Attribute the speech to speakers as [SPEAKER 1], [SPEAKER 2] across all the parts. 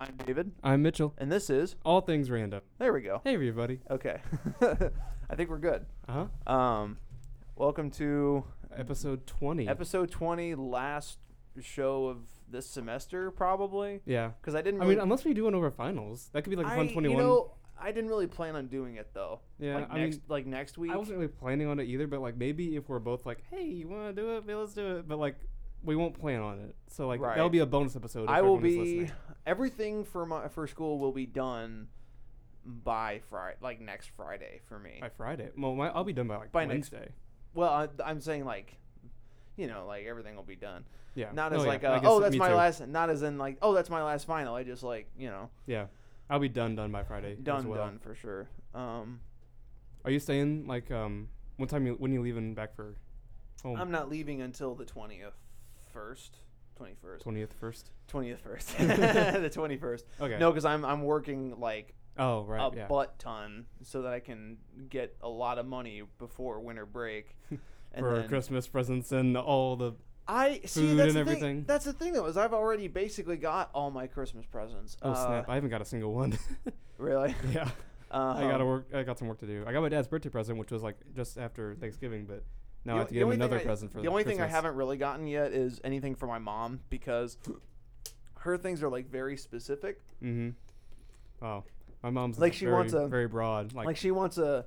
[SPEAKER 1] I'm David,
[SPEAKER 2] I'm Mitchell.
[SPEAKER 1] and this is.
[SPEAKER 2] All things random.
[SPEAKER 1] There we go.
[SPEAKER 2] Hey everybody.
[SPEAKER 1] Okay. I think we're good.
[SPEAKER 2] Uh huh.
[SPEAKER 1] Um, welcome to
[SPEAKER 2] Episode twenty.
[SPEAKER 1] episode 20, last show of this semester, probably.
[SPEAKER 2] yeah.
[SPEAKER 1] Because I didn't
[SPEAKER 2] I
[SPEAKER 1] really.
[SPEAKER 2] mean, unless we do one over finals, that could be like a
[SPEAKER 1] I-
[SPEAKER 2] fun twenty-one.
[SPEAKER 1] You know, I didn't really plan on doing it, though.
[SPEAKER 2] Yeah,
[SPEAKER 1] Like
[SPEAKER 2] I
[SPEAKER 1] next,
[SPEAKER 2] mean,
[SPEAKER 1] like next week.
[SPEAKER 2] I wasn't really planning on it either, but like maybe if we're both like, hey, you want to do it? Yeah, let's do it. But like, we won't plan on it. So like,
[SPEAKER 1] Right.
[SPEAKER 2] that'll be a bonus episode. If
[SPEAKER 1] I will
[SPEAKER 2] everyone is
[SPEAKER 1] be.
[SPEAKER 2] listening.
[SPEAKER 1] Everything for my for school will be done by Friday, like next Friday for me.
[SPEAKER 2] by Friday. Well, my, I'll be done by like
[SPEAKER 1] By next-
[SPEAKER 2] Wednesday.
[SPEAKER 1] Well, I, I'm saying like, you know, like everything will be done.
[SPEAKER 2] Yeah.
[SPEAKER 1] Not
[SPEAKER 2] Oh,
[SPEAKER 1] as
[SPEAKER 2] yeah.
[SPEAKER 1] like,
[SPEAKER 2] I
[SPEAKER 1] uh
[SPEAKER 2] guess
[SPEAKER 1] oh, that's
[SPEAKER 2] me
[SPEAKER 1] my
[SPEAKER 2] too.
[SPEAKER 1] last. Not as in like, oh, that's my last final. I just like, you know,
[SPEAKER 2] Yeah. I'll be done done by Friday. as
[SPEAKER 1] done,
[SPEAKER 2] well.
[SPEAKER 1] done for sure. Um,
[SPEAKER 2] Are you staying like um? What time you when you leaving back for oh, home?
[SPEAKER 1] I'm not leaving until the twentieth, first, twenty first,
[SPEAKER 2] Twentieth first.
[SPEAKER 1] twentieth first, the twenty first.
[SPEAKER 2] Okay.
[SPEAKER 1] No, because I'm I'm working like
[SPEAKER 2] Oh right.
[SPEAKER 1] a
[SPEAKER 2] yeah.
[SPEAKER 1] butt ton so that I can get a lot of money before winter break. And
[SPEAKER 2] for
[SPEAKER 1] then-
[SPEAKER 2] Christmas presents and all the
[SPEAKER 1] I see
[SPEAKER 2] food
[SPEAKER 1] that's the
[SPEAKER 2] and
[SPEAKER 1] Thing,
[SPEAKER 2] everything.
[SPEAKER 1] that's the thing though is I've already basically got all my Christmas presents.
[SPEAKER 2] oh
[SPEAKER 1] Uh,
[SPEAKER 2] snap! I haven't got a single one.
[SPEAKER 1] Really?
[SPEAKER 2] yeah,
[SPEAKER 1] Uh,
[SPEAKER 2] I gotta work. I got some work to do. I got my dad's birthday present, which was like just after Thanksgiving, but now I have to get him another present for
[SPEAKER 1] the only thing I
[SPEAKER 2] Christmas.
[SPEAKER 1] haven't really gotten yet is anything for my mom because her things are like very specific.
[SPEAKER 2] Mm-hmm. Wow, my mom's
[SPEAKER 1] Like,
[SPEAKER 2] is
[SPEAKER 1] she
[SPEAKER 2] very,
[SPEAKER 1] wants a-
[SPEAKER 2] very broad. Like,
[SPEAKER 1] Like, she wants a,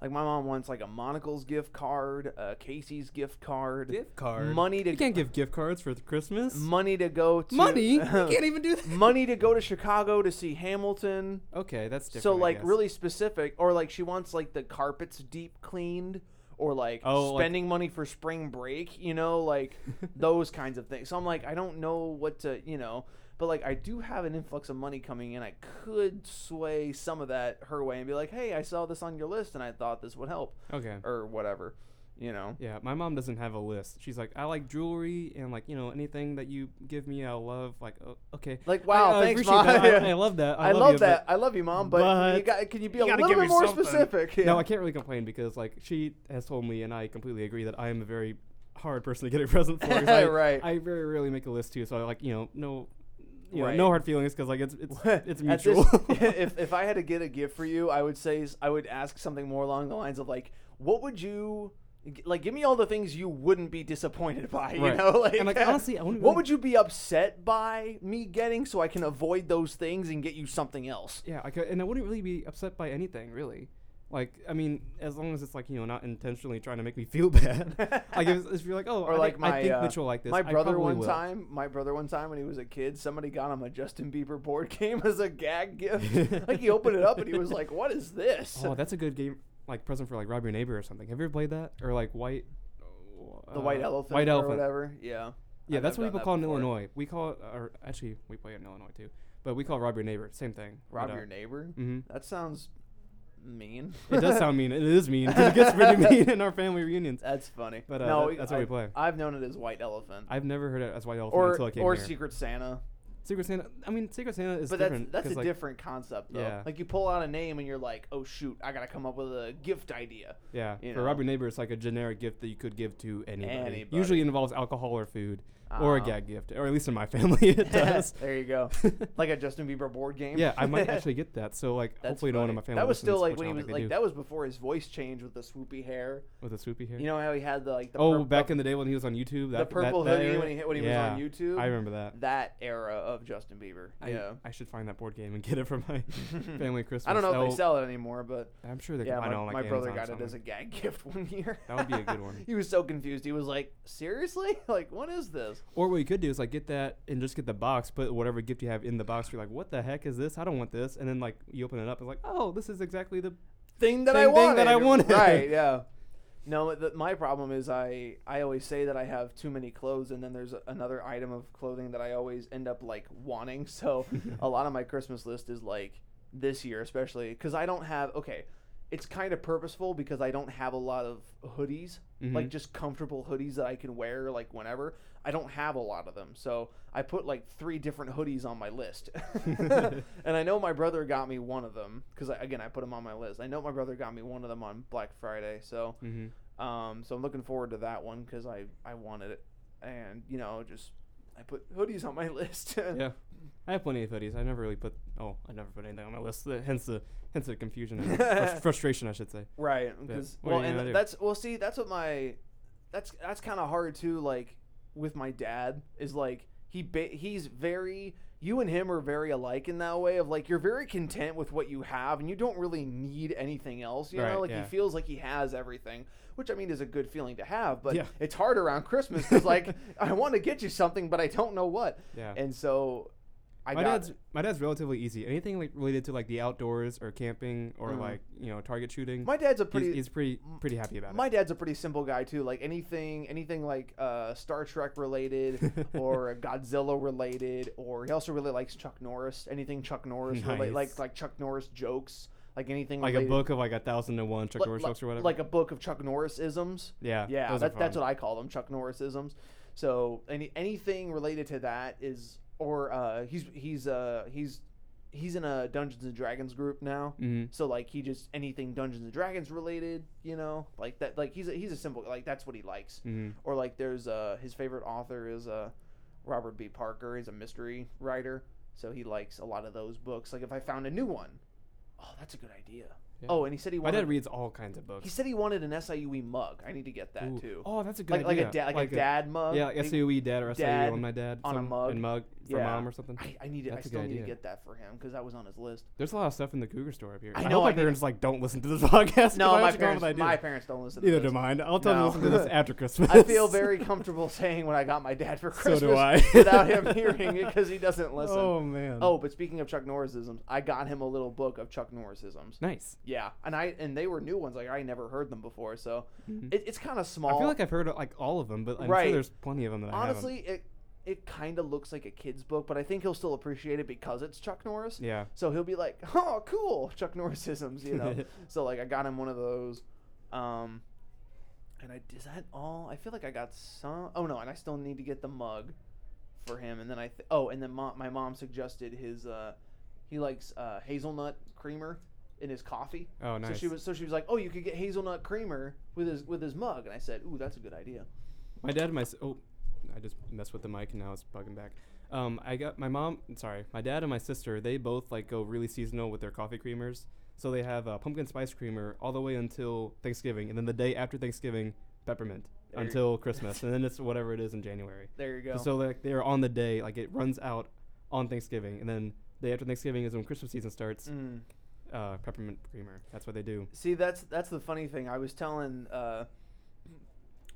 [SPEAKER 1] like my mom wants like a Monocles gift card, a Casey's gift card,
[SPEAKER 2] gift card.
[SPEAKER 1] money
[SPEAKER 2] You
[SPEAKER 1] to
[SPEAKER 2] can't give gift cards for th- Christmas.
[SPEAKER 1] money to go to
[SPEAKER 2] Money. you can't even do that.
[SPEAKER 1] money to go to Chicago to see Hamilton.
[SPEAKER 2] Okay, that's different.
[SPEAKER 1] so
[SPEAKER 2] I
[SPEAKER 1] like
[SPEAKER 2] guess.
[SPEAKER 1] really specific, or like she wants like the carpets deep cleaned, or like
[SPEAKER 2] Oh, like-
[SPEAKER 1] spending money for spring break. You know, like those kinds of things. So I'm like, I don't know what to, you know. But like I do have an influx of money coming in. I could sway some of that her way and be like, "Hey, I saw this on your list and I thought this would help,"
[SPEAKER 2] Okay.
[SPEAKER 1] or whatever, you know.
[SPEAKER 2] Yeah, my mom doesn't have a list. She's like, I like jewelry and like you know anything that you give me, I love. Like, oh, okay.
[SPEAKER 1] Like, wow,
[SPEAKER 2] I, I
[SPEAKER 1] thanks,
[SPEAKER 2] appreciate that.
[SPEAKER 1] Mom.
[SPEAKER 2] I, I love that. I,
[SPEAKER 1] I, love
[SPEAKER 2] you, but-
[SPEAKER 1] that. I love you, mom. But, you
[SPEAKER 2] but
[SPEAKER 1] got, can you be
[SPEAKER 2] you
[SPEAKER 1] a
[SPEAKER 2] gotta
[SPEAKER 1] little bit
[SPEAKER 2] give me
[SPEAKER 1] more
[SPEAKER 2] something.
[SPEAKER 1] specific?
[SPEAKER 2] No,
[SPEAKER 1] Yeah.
[SPEAKER 2] I can't really complain because like she has told me, and I completely agree that I am a very hard person to get a present for. 'cause I,
[SPEAKER 1] Right.
[SPEAKER 2] I very rarely make a list too, so I like you know no, you
[SPEAKER 1] Right.
[SPEAKER 2] know, no hard feelings because like it's it's it's
[SPEAKER 1] At
[SPEAKER 2] mutual.
[SPEAKER 1] This, if if I had to get a gift for you, I would say s- I would ask something more along the lines of like, what would you g- like? Give me all the things you wouldn't be disappointed by. You
[SPEAKER 2] Right.
[SPEAKER 1] know, like,
[SPEAKER 2] And, like, honestly, I wouldn't
[SPEAKER 1] what
[SPEAKER 2] really-
[SPEAKER 1] would you be upset by me getting so I can avoid those things and get you something else?
[SPEAKER 2] yeah, I could, and I wouldn't really be upset by anything really. Like I mean, as long as it's like you know not intentionally trying to make me feel bad. like if, if you're like oh
[SPEAKER 1] Or
[SPEAKER 2] I,
[SPEAKER 1] like
[SPEAKER 2] think-
[SPEAKER 1] my
[SPEAKER 2] I think
[SPEAKER 1] uh,
[SPEAKER 2] Mitch will like this.
[SPEAKER 1] My
[SPEAKER 2] I
[SPEAKER 1] brother
[SPEAKER 2] probably
[SPEAKER 1] one
[SPEAKER 2] will.
[SPEAKER 1] time, my brother one time when he was a kid, somebody got him a Justin Bieber board game as a gag gift. like he opened it up and he was like, "What is this?"
[SPEAKER 2] Oh, that's a good game, like present for like rob your neighbor or something. Have you ever played that or like white?
[SPEAKER 1] the white
[SPEAKER 2] uh,
[SPEAKER 1] elephant,
[SPEAKER 2] White
[SPEAKER 1] or
[SPEAKER 2] elephant.
[SPEAKER 1] whatever. Yeah,
[SPEAKER 2] Yeah,
[SPEAKER 1] I've-
[SPEAKER 2] that's
[SPEAKER 1] I've
[SPEAKER 2] what
[SPEAKER 1] done
[SPEAKER 2] people
[SPEAKER 1] that
[SPEAKER 2] call in
[SPEAKER 1] before.
[SPEAKER 2] Illinois. We call it, or actually, we play it in Illinois too, but we call it rob your neighbor. Same thing.
[SPEAKER 1] Rob your neighbor.
[SPEAKER 2] hmm
[SPEAKER 1] That sounds mean.
[SPEAKER 2] it does sound mean. It is mean. 'cause It gets pretty mean in our family reunions.
[SPEAKER 1] That's funny.
[SPEAKER 2] But, uh, that- that's
[SPEAKER 1] I,
[SPEAKER 2] what we play.
[SPEAKER 1] I've known it as White Elephant
[SPEAKER 2] I've never heard it as white elephant
[SPEAKER 1] or
[SPEAKER 2] until I came
[SPEAKER 1] or
[SPEAKER 2] here.
[SPEAKER 1] Secret Santa,
[SPEAKER 2] Secret Santa. I mean, Secret Santa is
[SPEAKER 1] but that's
[SPEAKER 2] different.
[SPEAKER 1] that's
[SPEAKER 2] 'cause,
[SPEAKER 1] a
[SPEAKER 2] like,
[SPEAKER 1] different concept though.
[SPEAKER 2] Yeah.
[SPEAKER 1] Like you pull out a name and you're like, oh shoot, I gotta come up with a gift idea.
[SPEAKER 2] Yeah,
[SPEAKER 1] you
[SPEAKER 2] for rob
[SPEAKER 1] know.
[SPEAKER 2] your neighbor, it's like a generic gift that you could give to anybody.
[SPEAKER 1] Anybody.
[SPEAKER 2] Usually involves alcohol or food or a
[SPEAKER 1] Ah.
[SPEAKER 2] gag gift, or at least in my family it does.
[SPEAKER 1] there you go. Like a Justin Bieber board game.
[SPEAKER 2] Yeah, I might actually get that. So like,
[SPEAKER 1] That's
[SPEAKER 2] hopefully, no one in
[SPEAKER 1] funny.
[SPEAKER 2] my family.
[SPEAKER 1] That was still
[SPEAKER 2] listens,
[SPEAKER 1] like
[SPEAKER 2] which
[SPEAKER 1] when
[SPEAKER 2] I
[SPEAKER 1] he
[SPEAKER 2] don't
[SPEAKER 1] was
[SPEAKER 2] think they
[SPEAKER 1] like
[SPEAKER 2] do,
[SPEAKER 1] that was before his voice changed with the swoopy hair.
[SPEAKER 2] with a swoopy hair.
[SPEAKER 1] You know how he had the like the
[SPEAKER 2] oh,
[SPEAKER 1] purp-
[SPEAKER 2] back in the day when he was on YouTube, that,
[SPEAKER 1] the purple
[SPEAKER 2] that, that
[SPEAKER 1] hoodie
[SPEAKER 2] era?
[SPEAKER 1] when he when he
[SPEAKER 2] yeah,
[SPEAKER 1] was on YouTube.
[SPEAKER 2] I remember that.
[SPEAKER 1] that era of Justin Bieber.
[SPEAKER 2] I,
[SPEAKER 1] yeah.
[SPEAKER 2] I should find that board game and get it for my family Christmas.
[SPEAKER 1] I don't know if they
[SPEAKER 2] That
[SPEAKER 1] sell it anymore, but
[SPEAKER 2] will- I'm sure they
[SPEAKER 1] yeah,
[SPEAKER 2] can find
[SPEAKER 1] my,
[SPEAKER 2] it on like
[SPEAKER 1] my brother
[SPEAKER 2] Amazon
[SPEAKER 1] got
[SPEAKER 2] or
[SPEAKER 1] it as a
[SPEAKER 2] something.
[SPEAKER 1] gag gift one year.
[SPEAKER 2] That would be a good one.
[SPEAKER 1] he was so confused. He was like, "Seriously? Like, what is this?"
[SPEAKER 2] Or what you could do is like get that and just get the box, put whatever gift you have in the box. You're like, what the heck is this? I don't want this. And then like you open it up, it's like, oh, this is exactly the.
[SPEAKER 1] Thing that I
[SPEAKER 2] Thing-
[SPEAKER 1] wanted.
[SPEAKER 2] thing that I wanted.
[SPEAKER 1] Right? Yeah. No, the, my problem is I I always say that I have too many clothes, and then there's another item of clothing that I always end up like wanting. So a lot of my Christmas list is like this year, especially because I don't have. Okay, it's kind of purposeful because I don't have a lot of hoodies. like
[SPEAKER 2] Mhm.
[SPEAKER 1] just comfortable hoodies that I can wear like whenever. I don't have a lot of them, so I put like three different hoodies on my list. and I know my brother got me one of them because again I put them on my list. I know my brother got me one of them on Black Friday, so
[SPEAKER 2] Mhm.
[SPEAKER 1] um, so I'm looking forward to that one because I I wanted it, and you know just I put hoodies on my list.
[SPEAKER 2] yeah. I have plenty of hoodies. I never really put. Oh, I never put anything on my list. The- Hence the hence the confusion and frus- frustration, I should say.
[SPEAKER 1] Right,
[SPEAKER 2] But
[SPEAKER 1] because
[SPEAKER 2] what are
[SPEAKER 1] well,
[SPEAKER 2] you
[SPEAKER 1] and
[SPEAKER 2] gonna do?
[SPEAKER 1] that's well. See, that's what my that's that's kind of hard too. Like with my dad is like he ba- he's very you and him are very alike in that way of like you're very content with what you have and you don't really need anything else. You
[SPEAKER 2] Right,
[SPEAKER 1] know, like
[SPEAKER 2] yeah.
[SPEAKER 1] he feels like he has everything, which I mean is a good feeling to have, but
[SPEAKER 2] Yeah.
[SPEAKER 1] it's hard around Christmas because like I want to get you something, but I don't know what,
[SPEAKER 2] Yeah.
[SPEAKER 1] and so I
[SPEAKER 2] my
[SPEAKER 1] got
[SPEAKER 2] dad's my dad's relatively easy. Anything like related to like the outdoors or camping or
[SPEAKER 1] Mhm.
[SPEAKER 2] like you know target shooting.
[SPEAKER 1] my dad's a
[SPEAKER 2] he's-
[SPEAKER 1] pretty
[SPEAKER 2] he's, pretty pretty happy about
[SPEAKER 1] My dad's a pretty simple guy too. Like anything, anything like uh, Star Trek related or Godzilla related, or he also really likes Chuck Norris. Anything Chuck Norris related,
[SPEAKER 2] Nice.
[SPEAKER 1] like like Chuck Norris jokes, like anything
[SPEAKER 2] it. Like a
[SPEAKER 1] related-
[SPEAKER 2] book of like a thousand and one Chuck
[SPEAKER 1] li-
[SPEAKER 2] Norris
[SPEAKER 1] li-
[SPEAKER 2] jokes or whatever.
[SPEAKER 1] Like a book of Chuck Norris isms.
[SPEAKER 2] yeah,
[SPEAKER 1] Yeah,
[SPEAKER 2] those
[SPEAKER 1] that,
[SPEAKER 2] are
[SPEAKER 1] that's
[SPEAKER 2] fun.
[SPEAKER 1] what I call them, Chuck Norris isms. So any anything related to that is, or uh, he's he's uh, he's he's in a Dungeons and Dragons group now.
[SPEAKER 2] Mhm.
[SPEAKER 1] So like he just anything Dungeons and Dragons related, you know, like that. Like he's a, he's a simple like that's what he likes.
[SPEAKER 2] Mhm.
[SPEAKER 1] Or like there's uh his favorite author is uh Robert B. Parker. He's a mystery writer, so he likes a lot of those books. Like if I found a new one, oh that's a good idea.
[SPEAKER 2] Yeah.
[SPEAKER 1] Oh, and he said he
[SPEAKER 2] My
[SPEAKER 1] wanted
[SPEAKER 2] dad reads all kinds of books.
[SPEAKER 1] he said he wanted an SIUE mug. I need to get that
[SPEAKER 2] Ooh.
[SPEAKER 1] too.
[SPEAKER 2] Oh, that's a good
[SPEAKER 1] like like
[SPEAKER 2] idea.
[SPEAKER 1] a dad like, a dad mug.
[SPEAKER 2] Yeah, like
[SPEAKER 1] Like,
[SPEAKER 2] SAUE dad or SAUE
[SPEAKER 1] dad
[SPEAKER 2] on my dad
[SPEAKER 1] on a
[SPEAKER 2] some-
[SPEAKER 1] mug.
[SPEAKER 2] and mug E for
[SPEAKER 1] Yeah.
[SPEAKER 2] mom or something.
[SPEAKER 1] I, I need to, I
[SPEAKER 2] That's a
[SPEAKER 1] still
[SPEAKER 2] good
[SPEAKER 1] need to
[SPEAKER 2] idea.
[SPEAKER 1] get that for him because that was on his list.
[SPEAKER 2] There's a lot of stuff in the Cougar store up here.
[SPEAKER 1] I
[SPEAKER 2] I,
[SPEAKER 1] know, I
[SPEAKER 2] hope my
[SPEAKER 1] need to-
[SPEAKER 2] parents like don't listen to this podcast.
[SPEAKER 1] No,
[SPEAKER 2] I
[SPEAKER 1] my
[SPEAKER 2] actually don't know
[SPEAKER 1] parents
[SPEAKER 2] what I do.
[SPEAKER 1] my parents don't listen to
[SPEAKER 2] Neither
[SPEAKER 1] this.
[SPEAKER 2] do mine. I'll tell them to listen to this
[SPEAKER 1] No.
[SPEAKER 2] after Christmas.
[SPEAKER 1] I feel very comfortable saying what I got my dad for
[SPEAKER 2] So
[SPEAKER 1] Christmas
[SPEAKER 2] do I.
[SPEAKER 1] without him hearing it because he doesn't listen. Oh.
[SPEAKER 2] Oh man.
[SPEAKER 1] but speaking of Chuck Norrisisms, I got him a little book of Chuck Norrisisms.
[SPEAKER 2] nice.
[SPEAKER 1] Yeah, and I and they were new ones. Like I never heard them before, so
[SPEAKER 2] Mhm.
[SPEAKER 1] it, it's kind of
[SPEAKER 2] I
[SPEAKER 1] small.
[SPEAKER 2] feel like I've heard like all of them, but I'm
[SPEAKER 1] Right.
[SPEAKER 2] sure there's plenty of them that
[SPEAKER 1] honestly, it it kind of looks like a kid's book, but I think he'll still appreciate it because it's Chuck Norris.
[SPEAKER 2] I haven't. Yeah.
[SPEAKER 1] So he'll be like, "Oh, cool, Chuck Norrisisms," you know. so like, I got him one of those, um, and I is that all? I feel like I got some. Oh no, and I still need to get the mug for him, and then I th- oh, and then mom, my mom suggested his uh, he likes uh, hazelnut creamer in his coffee.
[SPEAKER 2] Oh nice.
[SPEAKER 1] So she was so she was like, "Oh, you could get hazelnut creamer with his with his mug," and I said, "Ooh, that's a good idea."
[SPEAKER 2] My dad and my s- oh, I just messed with the mic and now it's bugging back. Um, I got my mom. Sorry, my dad and my sister. They both like go really seasonal with their coffee creamers. So they have uh, pumpkin spice creamer all the way until Thanksgiving, and then the day after Thanksgiving, peppermint
[SPEAKER 1] There you-
[SPEAKER 2] until Christmas, and then it's whatever it is in January.
[SPEAKER 1] There you go.
[SPEAKER 2] So like they're on the day, like it runs out on Thanksgiving, and then day after Thanksgiving is when Christmas season starts.
[SPEAKER 1] Mm.
[SPEAKER 2] Uh, peppermint creamer. That's what they do.
[SPEAKER 1] See, that's that's the funny thing. I was telling uh,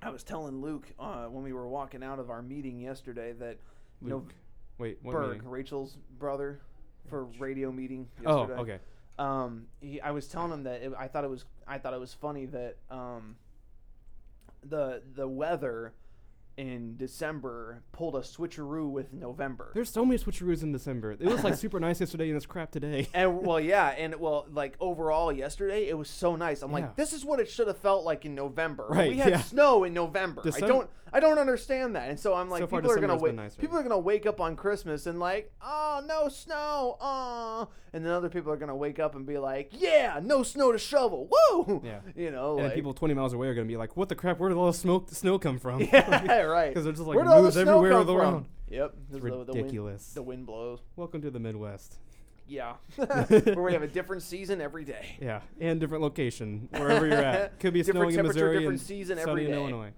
[SPEAKER 1] I was telling Luke uh, when we were walking out of our meeting yesterday that No-
[SPEAKER 2] Luke. Wait, what
[SPEAKER 1] Berg,
[SPEAKER 2] meeting?
[SPEAKER 1] Rachel's brother, for
[SPEAKER 2] Rach-
[SPEAKER 1] radio meeting.
[SPEAKER 2] Oh,
[SPEAKER 1] Yesterday.
[SPEAKER 2] okay.
[SPEAKER 1] Um, he, I was telling him that it, I thought it was I thought it was funny that um, the the weather in December pulled a switcheroo with November.
[SPEAKER 2] There's so many switcheroos in December. It was like super nice yesterday and it's crap today.
[SPEAKER 1] and well, yeah, and well, like overall, yesterday it was so nice. I'm
[SPEAKER 2] Yeah.
[SPEAKER 1] like, this is what it should have felt like in November.
[SPEAKER 2] Right,
[SPEAKER 1] we had
[SPEAKER 2] yeah.
[SPEAKER 1] snow in November.
[SPEAKER 2] Decem-
[SPEAKER 1] I don't, I don't understand that. And so I'm like,
[SPEAKER 2] So far,
[SPEAKER 1] people are
[SPEAKER 2] December
[SPEAKER 1] gonna
[SPEAKER 2] has been
[SPEAKER 1] wake,
[SPEAKER 2] nicer.
[SPEAKER 1] people are gonna wake up on Christmas and like, oh no snow, oh, and then other people are gonna wake up and be like, yeah, no snow to shovel, woo,
[SPEAKER 2] Yeah.
[SPEAKER 1] you know,
[SPEAKER 2] and
[SPEAKER 1] like,
[SPEAKER 2] then people 20 miles away are going to be like, what the crap? Where did all the smoke, snow come from?
[SPEAKER 1] yeah, right.
[SPEAKER 2] Because they're just like,
[SPEAKER 1] Where did all the
[SPEAKER 2] moves
[SPEAKER 1] snow
[SPEAKER 2] everywhere
[SPEAKER 1] come
[SPEAKER 2] all
[SPEAKER 1] from?
[SPEAKER 2] around.
[SPEAKER 1] Yep,
[SPEAKER 2] It's
[SPEAKER 1] the- The wind,
[SPEAKER 2] ridiculous.
[SPEAKER 1] the wind blows.
[SPEAKER 2] Welcome to the Midwest.
[SPEAKER 1] Yeah, where we have a different season every day.
[SPEAKER 2] Yeah. And different location, wherever you're at. Could be
[SPEAKER 1] Different
[SPEAKER 2] snowing in
[SPEAKER 1] temperature,
[SPEAKER 2] Missouri
[SPEAKER 1] different
[SPEAKER 2] and
[SPEAKER 1] season
[SPEAKER 2] sunny
[SPEAKER 1] every
[SPEAKER 2] in
[SPEAKER 1] day.
[SPEAKER 2] Illinois.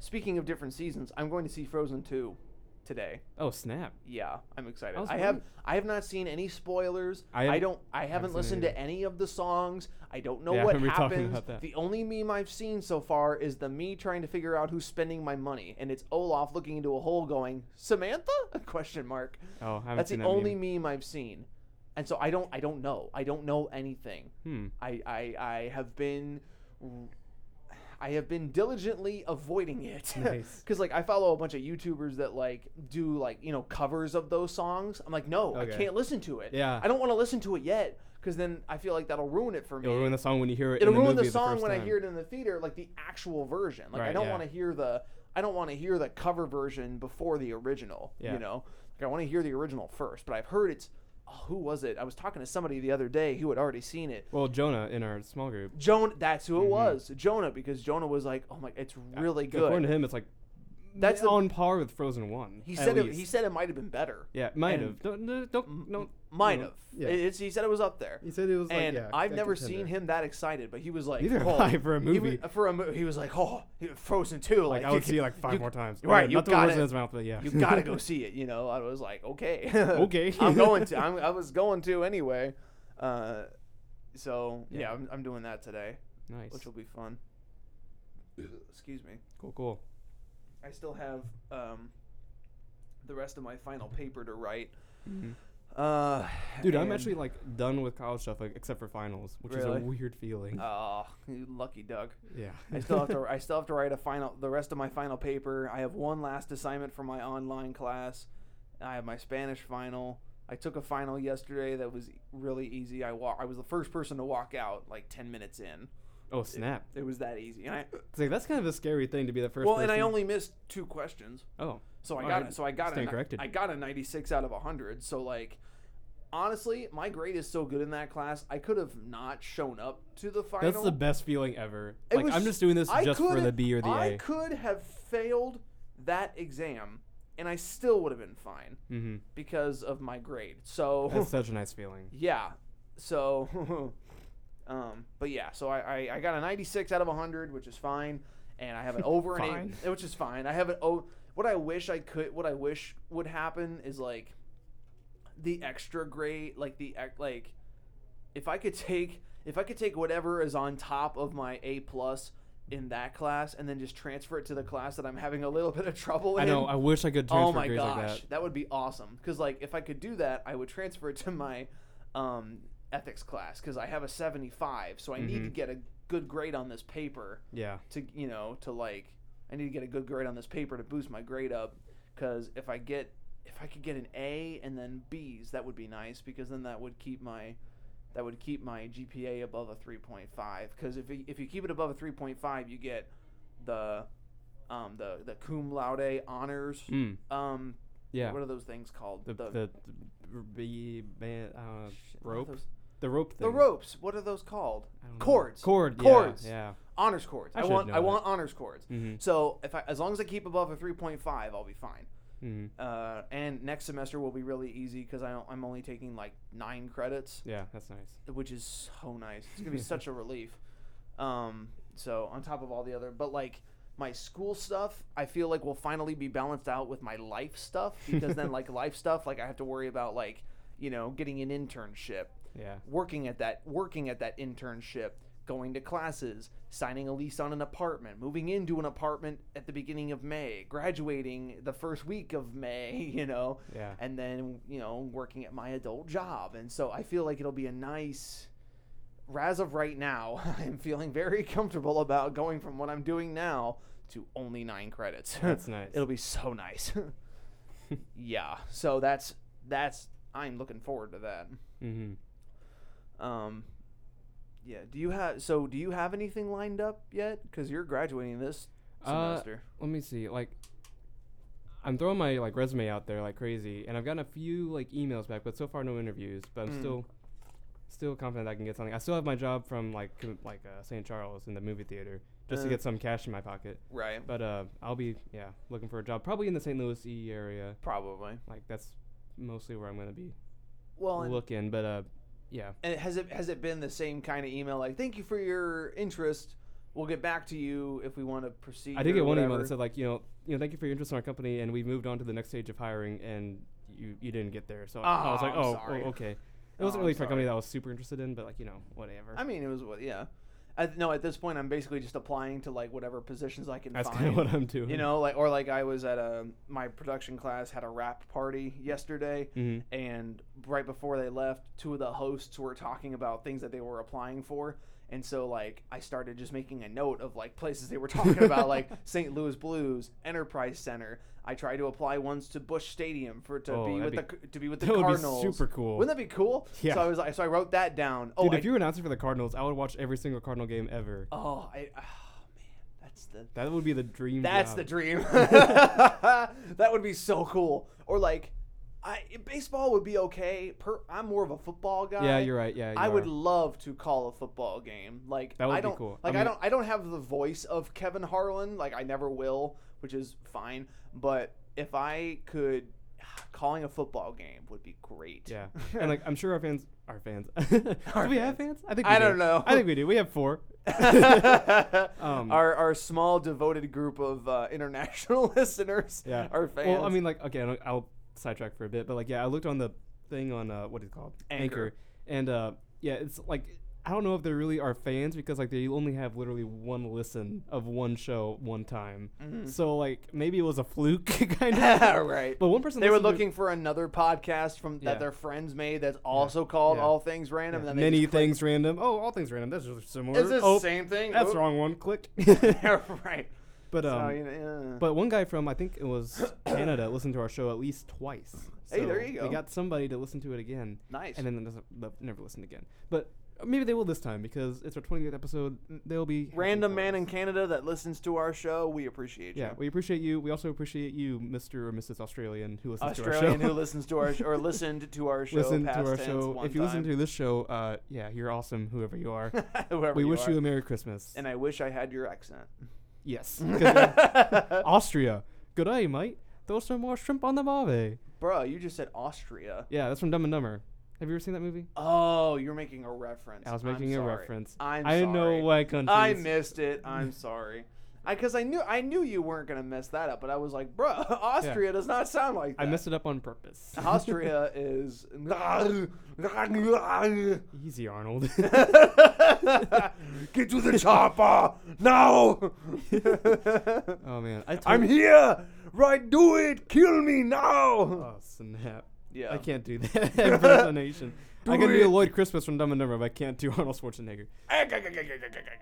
[SPEAKER 1] Speaking of different seasons, I'm going to see Frozen 2 today.
[SPEAKER 2] Oh, snap.
[SPEAKER 1] Yeah, I'm excited.
[SPEAKER 2] Oh,
[SPEAKER 1] I have
[SPEAKER 2] sweet.
[SPEAKER 1] I have not seen any spoilers.
[SPEAKER 2] I
[SPEAKER 1] I,
[SPEAKER 2] haven't-
[SPEAKER 1] don't I haven't
[SPEAKER 2] seen
[SPEAKER 1] listened
[SPEAKER 2] either.
[SPEAKER 1] to any of the songs. I don't know
[SPEAKER 2] Yeah, I
[SPEAKER 1] what
[SPEAKER 2] remember you talking
[SPEAKER 1] happens.
[SPEAKER 2] about that.
[SPEAKER 1] The only meme I've seen so far is the me trying to figure out who's spending my money and it's Olaf looking into a hole going, "Samantha?" question mark.
[SPEAKER 2] Oh, I haven't
[SPEAKER 1] That's
[SPEAKER 2] seen
[SPEAKER 1] the
[SPEAKER 2] that
[SPEAKER 1] only
[SPEAKER 2] meme.
[SPEAKER 1] meme I've seen. And so I don't I don't know. I don't know anything.
[SPEAKER 2] Hmm.
[SPEAKER 1] I, I I have been I have been diligently avoiding it
[SPEAKER 2] Nice.
[SPEAKER 1] because like I follow a bunch of YouTubers that like do like you know covers of those songs. I'm like, no,
[SPEAKER 2] Okay.
[SPEAKER 1] I can't listen to it.
[SPEAKER 2] Yeah.
[SPEAKER 1] I don't want to listen to it yet because then I feel like that'll ruin it for me.
[SPEAKER 2] It'll ruin the song when you hear it
[SPEAKER 1] It'll
[SPEAKER 2] in the
[SPEAKER 1] ruin the,
[SPEAKER 2] movie
[SPEAKER 1] song
[SPEAKER 2] first
[SPEAKER 1] when I
[SPEAKER 2] time.
[SPEAKER 1] hear it in the theater, like the actual version. Like
[SPEAKER 2] Right,
[SPEAKER 1] I don't
[SPEAKER 2] yeah.
[SPEAKER 1] want to hear the I don't want to hear the cover version before the original.
[SPEAKER 2] Yeah.
[SPEAKER 1] You know, like I want to hear the original first. But I've heard it's oh, who was it? I was talking to somebody the other day who had already seen it.
[SPEAKER 2] Well, Jonah in our small group. Mm-hmm.
[SPEAKER 1] Jonah, that's who it was, Jonah, because Jonah was like, "Oh my, it's really
[SPEAKER 2] According
[SPEAKER 1] good."
[SPEAKER 2] to him, it's like
[SPEAKER 1] That's the-
[SPEAKER 2] on par with Frozen One.
[SPEAKER 1] He
[SPEAKER 2] at
[SPEAKER 1] said it,
[SPEAKER 2] least.
[SPEAKER 1] he said it might have been better.
[SPEAKER 2] yeah, might
[SPEAKER 1] and-
[SPEAKER 2] have. Don't don't
[SPEAKER 1] M-
[SPEAKER 2] don't. don't
[SPEAKER 1] might
[SPEAKER 2] no.
[SPEAKER 1] have.
[SPEAKER 3] Yeah.
[SPEAKER 1] It- it's- he said it was up there.
[SPEAKER 3] He said it was like,
[SPEAKER 1] and
[SPEAKER 3] yeah,
[SPEAKER 1] I've
[SPEAKER 3] a
[SPEAKER 1] never
[SPEAKER 3] contender.
[SPEAKER 1] seen him that excited, but he was like,
[SPEAKER 2] Neither have
[SPEAKER 1] oh.
[SPEAKER 2] I for a
[SPEAKER 1] He was-
[SPEAKER 2] movie.
[SPEAKER 1] for a movie, he was like, "Oh, Frozen 2.
[SPEAKER 2] like,
[SPEAKER 1] Like,
[SPEAKER 2] I would
[SPEAKER 1] you-
[SPEAKER 2] see it like five
[SPEAKER 1] you-
[SPEAKER 2] more times.
[SPEAKER 1] right,
[SPEAKER 2] Okay,
[SPEAKER 1] you
[SPEAKER 2] not the words
[SPEAKER 1] gotta-
[SPEAKER 2] in his mouth, but yeah.
[SPEAKER 1] you gotta go see it. You know, I was like, okay,
[SPEAKER 2] Okay.
[SPEAKER 1] I'm going to. I'm, I was going to anyway. Uh, so yeah,
[SPEAKER 2] Yeah.
[SPEAKER 1] I'm, I'm doing that today,
[SPEAKER 2] nice.
[SPEAKER 1] which will be fun. Excuse me.
[SPEAKER 2] Cool, cool.
[SPEAKER 1] I still have um, the rest of my final paper to write. Uh,
[SPEAKER 2] Dude,
[SPEAKER 1] Mm-hmm.
[SPEAKER 2] I'm
[SPEAKER 1] and-
[SPEAKER 2] actually like done with college stuff, like, except for finals, which is
[SPEAKER 1] Really?
[SPEAKER 2] a weird feeling.
[SPEAKER 1] Oh, you lucky Doug.
[SPEAKER 2] yeah.
[SPEAKER 1] I still have to. I still have to write a final. The rest of my final paper. I have one last assignment for my online class. I have my Spanish final. I took a final yesterday that was really easy. I wa- I was the first person to walk out like ten minutes in.
[SPEAKER 2] oh snap!
[SPEAKER 1] It was that easy. And I,
[SPEAKER 2] It's like that's kind of a scary thing to be the first.
[SPEAKER 1] well, and I
[SPEAKER 2] person-
[SPEAKER 1] only missed two questions,
[SPEAKER 2] Oh,
[SPEAKER 1] so I
[SPEAKER 2] All
[SPEAKER 1] got
[SPEAKER 2] right.
[SPEAKER 1] it. So I got
[SPEAKER 2] Stand
[SPEAKER 1] it.
[SPEAKER 2] corrected.
[SPEAKER 1] I got a ninety six out of hundred. So like. Honestly, my grade is so good in that class. I could have not shown up to the final.
[SPEAKER 2] that's the best feeling ever.
[SPEAKER 1] It
[SPEAKER 2] like
[SPEAKER 1] was-
[SPEAKER 2] I'm just doing this
[SPEAKER 1] I
[SPEAKER 2] just for
[SPEAKER 1] could-
[SPEAKER 2] the B or the
[SPEAKER 1] I
[SPEAKER 2] A.
[SPEAKER 1] could have failed that exam, and I still would have been fine
[SPEAKER 2] mm-hmm.
[SPEAKER 1] because of my grade. So
[SPEAKER 2] That's such a nice feeling.
[SPEAKER 1] yeah, so um, but yeah, so I, I I got a 96 out of 100, which is fine, and I have an over an
[SPEAKER 2] Fine.
[SPEAKER 1] eight, which is fine. I have an o. What I wish I could, what I wish would happen is like the extra grade, like the ex- like if I could take if I could take whatever is on top of my A plus in that class and then just transfer it to the class that I'm having a little bit of trouble
[SPEAKER 2] I
[SPEAKER 1] in.
[SPEAKER 2] know. I wish I could transfer
[SPEAKER 1] oh my
[SPEAKER 2] grades
[SPEAKER 1] gosh,
[SPEAKER 2] like that.
[SPEAKER 1] that. would be awesome. Because like if I could do that, I would transfer it to my um, ethics class because I have a 75, so I need to
[SPEAKER 2] Mhm.
[SPEAKER 1] get a good grade on this paper
[SPEAKER 2] Yeah.
[SPEAKER 1] to you know to like I need to get a good grade on this paper to boost my grade up because if I get if I could get an A and then B's that would be nice because then that would keep my that would keep my GPA above a 3.5 because if you- if you keep it above a 3.5 you get the um, the the cum laude honors
[SPEAKER 2] Mm.
[SPEAKER 1] um
[SPEAKER 2] Yeah.
[SPEAKER 1] what are those things called
[SPEAKER 2] The the, the, B band uh,
[SPEAKER 1] shit, what are
[SPEAKER 2] rope.
[SPEAKER 1] those-
[SPEAKER 2] The rope thing.
[SPEAKER 1] the ropes what are those called
[SPEAKER 2] I don't know.
[SPEAKER 1] Chords.
[SPEAKER 2] Cord.
[SPEAKER 1] Chords.
[SPEAKER 2] Yeah. yeah.
[SPEAKER 1] honors cords
[SPEAKER 2] I
[SPEAKER 1] I
[SPEAKER 2] should
[SPEAKER 1] want
[SPEAKER 2] know
[SPEAKER 1] I
[SPEAKER 2] that.
[SPEAKER 1] want honors cords
[SPEAKER 2] Mm-hmm.
[SPEAKER 1] so if I, as long as I keep above a 3.5 I'll be fine
[SPEAKER 2] hmm
[SPEAKER 1] Uh, and next semester will be really easy because I'm only taking like nine credits,
[SPEAKER 2] Yeah. That's nice.
[SPEAKER 1] which is so nice. It's gonna be such a relief. Um, so on top of all the other, but like my school stuff, I feel like will finally be balanced out with my life stuff because then like life stuff, like I have to worry about like you know getting an internship,
[SPEAKER 2] Yeah.
[SPEAKER 1] working at that working at that internship, going to classes, signing a lease on an apartment, moving into an apartment at the beginning of May, graduating the first week of May, you know
[SPEAKER 2] Yeah.
[SPEAKER 1] and then you know working at my adult job and so i feel like it'll be a nice as of right now i'm feeling very comfortable about going from what i'm doing now to only nine credits
[SPEAKER 2] That's nice.
[SPEAKER 1] it'll be so nice yeah so that's that's i'm looking forward to that
[SPEAKER 2] Mm-hmm.
[SPEAKER 1] um yeah do you have so do you have anything lined up yet because you're graduating this
[SPEAKER 2] Uh,
[SPEAKER 1] semester
[SPEAKER 2] let me see like i'm throwing my like resume out there like crazy and i've gotten a few like emails back but so far no interviews but i'm
[SPEAKER 1] Mm.
[SPEAKER 2] still still confident i can get something i still have my job from like com- like uh, st charles in the movie theater just to
[SPEAKER 1] Uh.
[SPEAKER 2] get some cash in my pocket
[SPEAKER 1] right
[SPEAKER 2] but uh i'll be yeah looking for a job probably in the st louis e area
[SPEAKER 1] probably
[SPEAKER 2] like that's mostly where i'm gonna be
[SPEAKER 1] well and-
[SPEAKER 2] looking but uh yeah
[SPEAKER 1] And has it has it been the same kind of email like thank you for your interest? We'll get back to you if we want to proceed.
[SPEAKER 2] I did
[SPEAKER 1] or
[SPEAKER 2] get one email
[SPEAKER 1] whatever."
[SPEAKER 2] that said like, you know, you know, thank you for your interest in our company, and we've moved on to the next stage of hiring, and you you didn't get there. So I I was
[SPEAKER 1] Oh,
[SPEAKER 2] like,
[SPEAKER 1] I'm
[SPEAKER 2] oh,
[SPEAKER 1] sorry.
[SPEAKER 2] oh, okay. It
[SPEAKER 1] Oh,
[SPEAKER 2] wasn't
[SPEAKER 1] I'm
[SPEAKER 2] really for a company
[SPEAKER 1] sorry.
[SPEAKER 2] that I was super interested in, but like you know, whatever.
[SPEAKER 1] I mean, it was what? Yeah. At, no, at this point, I'm basically just applying to like whatever positions I can
[SPEAKER 2] That's kind
[SPEAKER 1] find.
[SPEAKER 2] of what I'm doing.
[SPEAKER 1] you know, like or like I was at a my production class had a rap party yesterday,
[SPEAKER 2] hmm
[SPEAKER 1] and right before they left, two of the hosts were talking about things that they were applying for. And so, like, I started just making a note of like places they were talking about, like St. Louis Blues, Enterprise Center. I tried to apply once to Bush Stadium for to
[SPEAKER 2] Oh,
[SPEAKER 1] be
[SPEAKER 2] that'd
[SPEAKER 1] with
[SPEAKER 2] be-
[SPEAKER 1] the to be with the
[SPEAKER 2] That would
[SPEAKER 1] Cardinals.
[SPEAKER 2] be super cool.
[SPEAKER 1] Wouldn't that be cool?
[SPEAKER 2] Yeah.
[SPEAKER 1] So I was like, so I wrote that down. Oh,
[SPEAKER 2] Dude,
[SPEAKER 1] I,
[SPEAKER 2] if you were announcing for the Cardinals, I would watch every single Cardinal game ever.
[SPEAKER 1] oh, I, oh, man, that's the
[SPEAKER 2] That would be the dream.
[SPEAKER 1] That's
[SPEAKER 2] job.
[SPEAKER 1] the dream. that would be so cool. Or like, I baseball would be okay. Per, I'm more of a football guy.
[SPEAKER 2] yeah, you're right. Yeah, you
[SPEAKER 1] I would
[SPEAKER 2] are.
[SPEAKER 1] love to call a football game. Like
[SPEAKER 2] That would
[SPEAKER 1] I
[SPEAKER 2] be
[SPEAKER 1] don't,
[SPEAKER 2] cool. I
[SPEAKER 1] Like I,
[SPEAKER 2] mean-
[SPEAKER 1] don't I don't have the voice of Kevin Harlan. Like I never will, which is fine. But if I could, calling a football game would be great.
[SPEAKER 2] Yeah, and like I'm sure our fans, our fans, do
[SPEAKER 1] Our
[SPEAKER 2] we have fans? I think we
[SPEAKER 1] I
[SPEAKER 2] do.
[SPEAKER 1] don't know.
[SPEAKER 2] I think we do. We have four. Um,
[SPEAKER 1] our our small devoted group of uh, international listeners
[SPEAKER 2] Yeah.
[SPEAKER 1] are fans.
[SPEAKER 2] Well, I mean, like, okay, I'll, I'll sidetrack for a bit, but like, yeah, I looked on the thing on uh, what is it called
[SPEAKER 1] Anchor.
[SPEAKER 2] and uh, yeah, it's like I don't know if they really are fans because like they only have literally one listen of one show one time, so like maybe it was a fluke kind of.
[SPEAKER 1] Mm-hmm. right.
[SPEAKER 2] But one person
[SPEAKER 1] They were
[SPEAKER 2] listened to-
[SPEAKER 1] looking for another podcast from
[SPEAKER 2] Yeah.
[SPEAKER 1] that their friends made that's also called
[SPEAKER 2] Yeah.
[SPEAKER 1] All Things Random.
[SPEAKER 2] yeah,
[SPEAKER 1] And then they
[SPEAKER 2] many
[SPEAKER 1] just click-
[SPEAKER 2] things random. Oh, all things random. That's just similar.
[SPEAKER 1] Is this
[SPEAKER 2] oh,
[SPEAKER 1] same thing?
[SPEAKER 2] that's
[SPEAKER 1] Oop.
[SPEAKER 2] the wrong one. Click.
[SPEAKER 1] right.
[SPEAKER 2] but um,
[SPEAKER 1] so, you know, yeah.
[SPEAKER 2] But one guy from I think it was Canada listened to our show at least twice.
[SPEAKER 1] Hey, there you
[SPEAKER 2] We
[SPEAKER 1] go.
[SPEAKER 2] got somebody to listen to it again,
[SPEAKER 1] nice.
[SPEAKER 2] and then it doesn't- they'll never listen again. But maybe they will this time because it's our 28th episode. They'll be happy
[SPEAKER 1] Random
[SPEAKER 2] for
[SPEAKER 1] man
[SPEAKER 2] us.
[SPEAKER 1] in Canada that listens to our show, we appreciate
[SPEAKER 2] Yeah,
[SPEAKER 1] you.
[SPEAKER 2] we appreciate you. We also appreciate you, Mr. or Mrs. Australian, who listens
[SPEAKER 1] Australian
[SPEAKER 2] to our
[SPEAKER 1] who
[SPEAKER 2] show.
[SPEAKER 1] listens to our sh- or listened to our show.
[SPEAKER 2] Listen
[SPEAKER 1] past
[SPEAKER 2] to our
[SPEAKER 1] tense
[SPEAKER 2] show.
[SPEAKER 1] one
[SPEAKER 2] If you listen
[SPEAKER 1] time.
[SPEAKER 2] to this show, uh, yeah, you're awesome, whoever you are.
[SPEAKER 1] Whoever
[SPEAKER 2] we wish
[SPEAKER 1] are.
[SPEAKER 2] you a Merry Christmas.
[SPEAKER 1] and I wish I had your accent.
[SPEAKER 2] yes. 'cause you're- Austria. Good day, mate. Throw some more shrimp on the barbie.
[SPEAKER 1] Bruh, you just said Austria.
[SPEAKER 2] Yeah, that's from Dumb and Dumber. Have you ever seen that movie?
[SPEAKER 1] Oh, you're making a reference.
[SPEAKER 2] I was
[SPEAKER 1] I'm
[SPEAKER 2] making a
[SPEAKER 1] sorry.
[SPEAKER 2] reference.
[SPEAKER 1] I'm
[SPEAKER 2] I didn't know
[SPEAKER 1] sorry.
[SPEAKER 2] why countries.
[SPEAKER 1] I missed it. I'm sorry. I Because I, knew I knew you weren't gonna mess that up, but I was like, bruh, Austria does not sound like that.
[SPEAKER 2] I messed it up on purpose.
[SPEAKER 1] Austria is.
[SPEAKER 2] Easy, Arnold.
[SPEAKER 1] Get to the chopper now!
[SPEAKER 2] oh man, I told-
[SPEAKER 1] I'm here. Right, do it. Kill me now.
[SPEAKER 2] Oh snap!
[SPEAKER 1] Uh, Yeah.
[SPEAKER 2] I can't do that impersonation. I
[SPEAKER 1] Do
[SPEAKER 2] can do
[SPEAKER 1] it.
[SPEAKER 2] Lloyd Christmas from Dumb and Dumber, but I can't do Arnold Schwarzenegger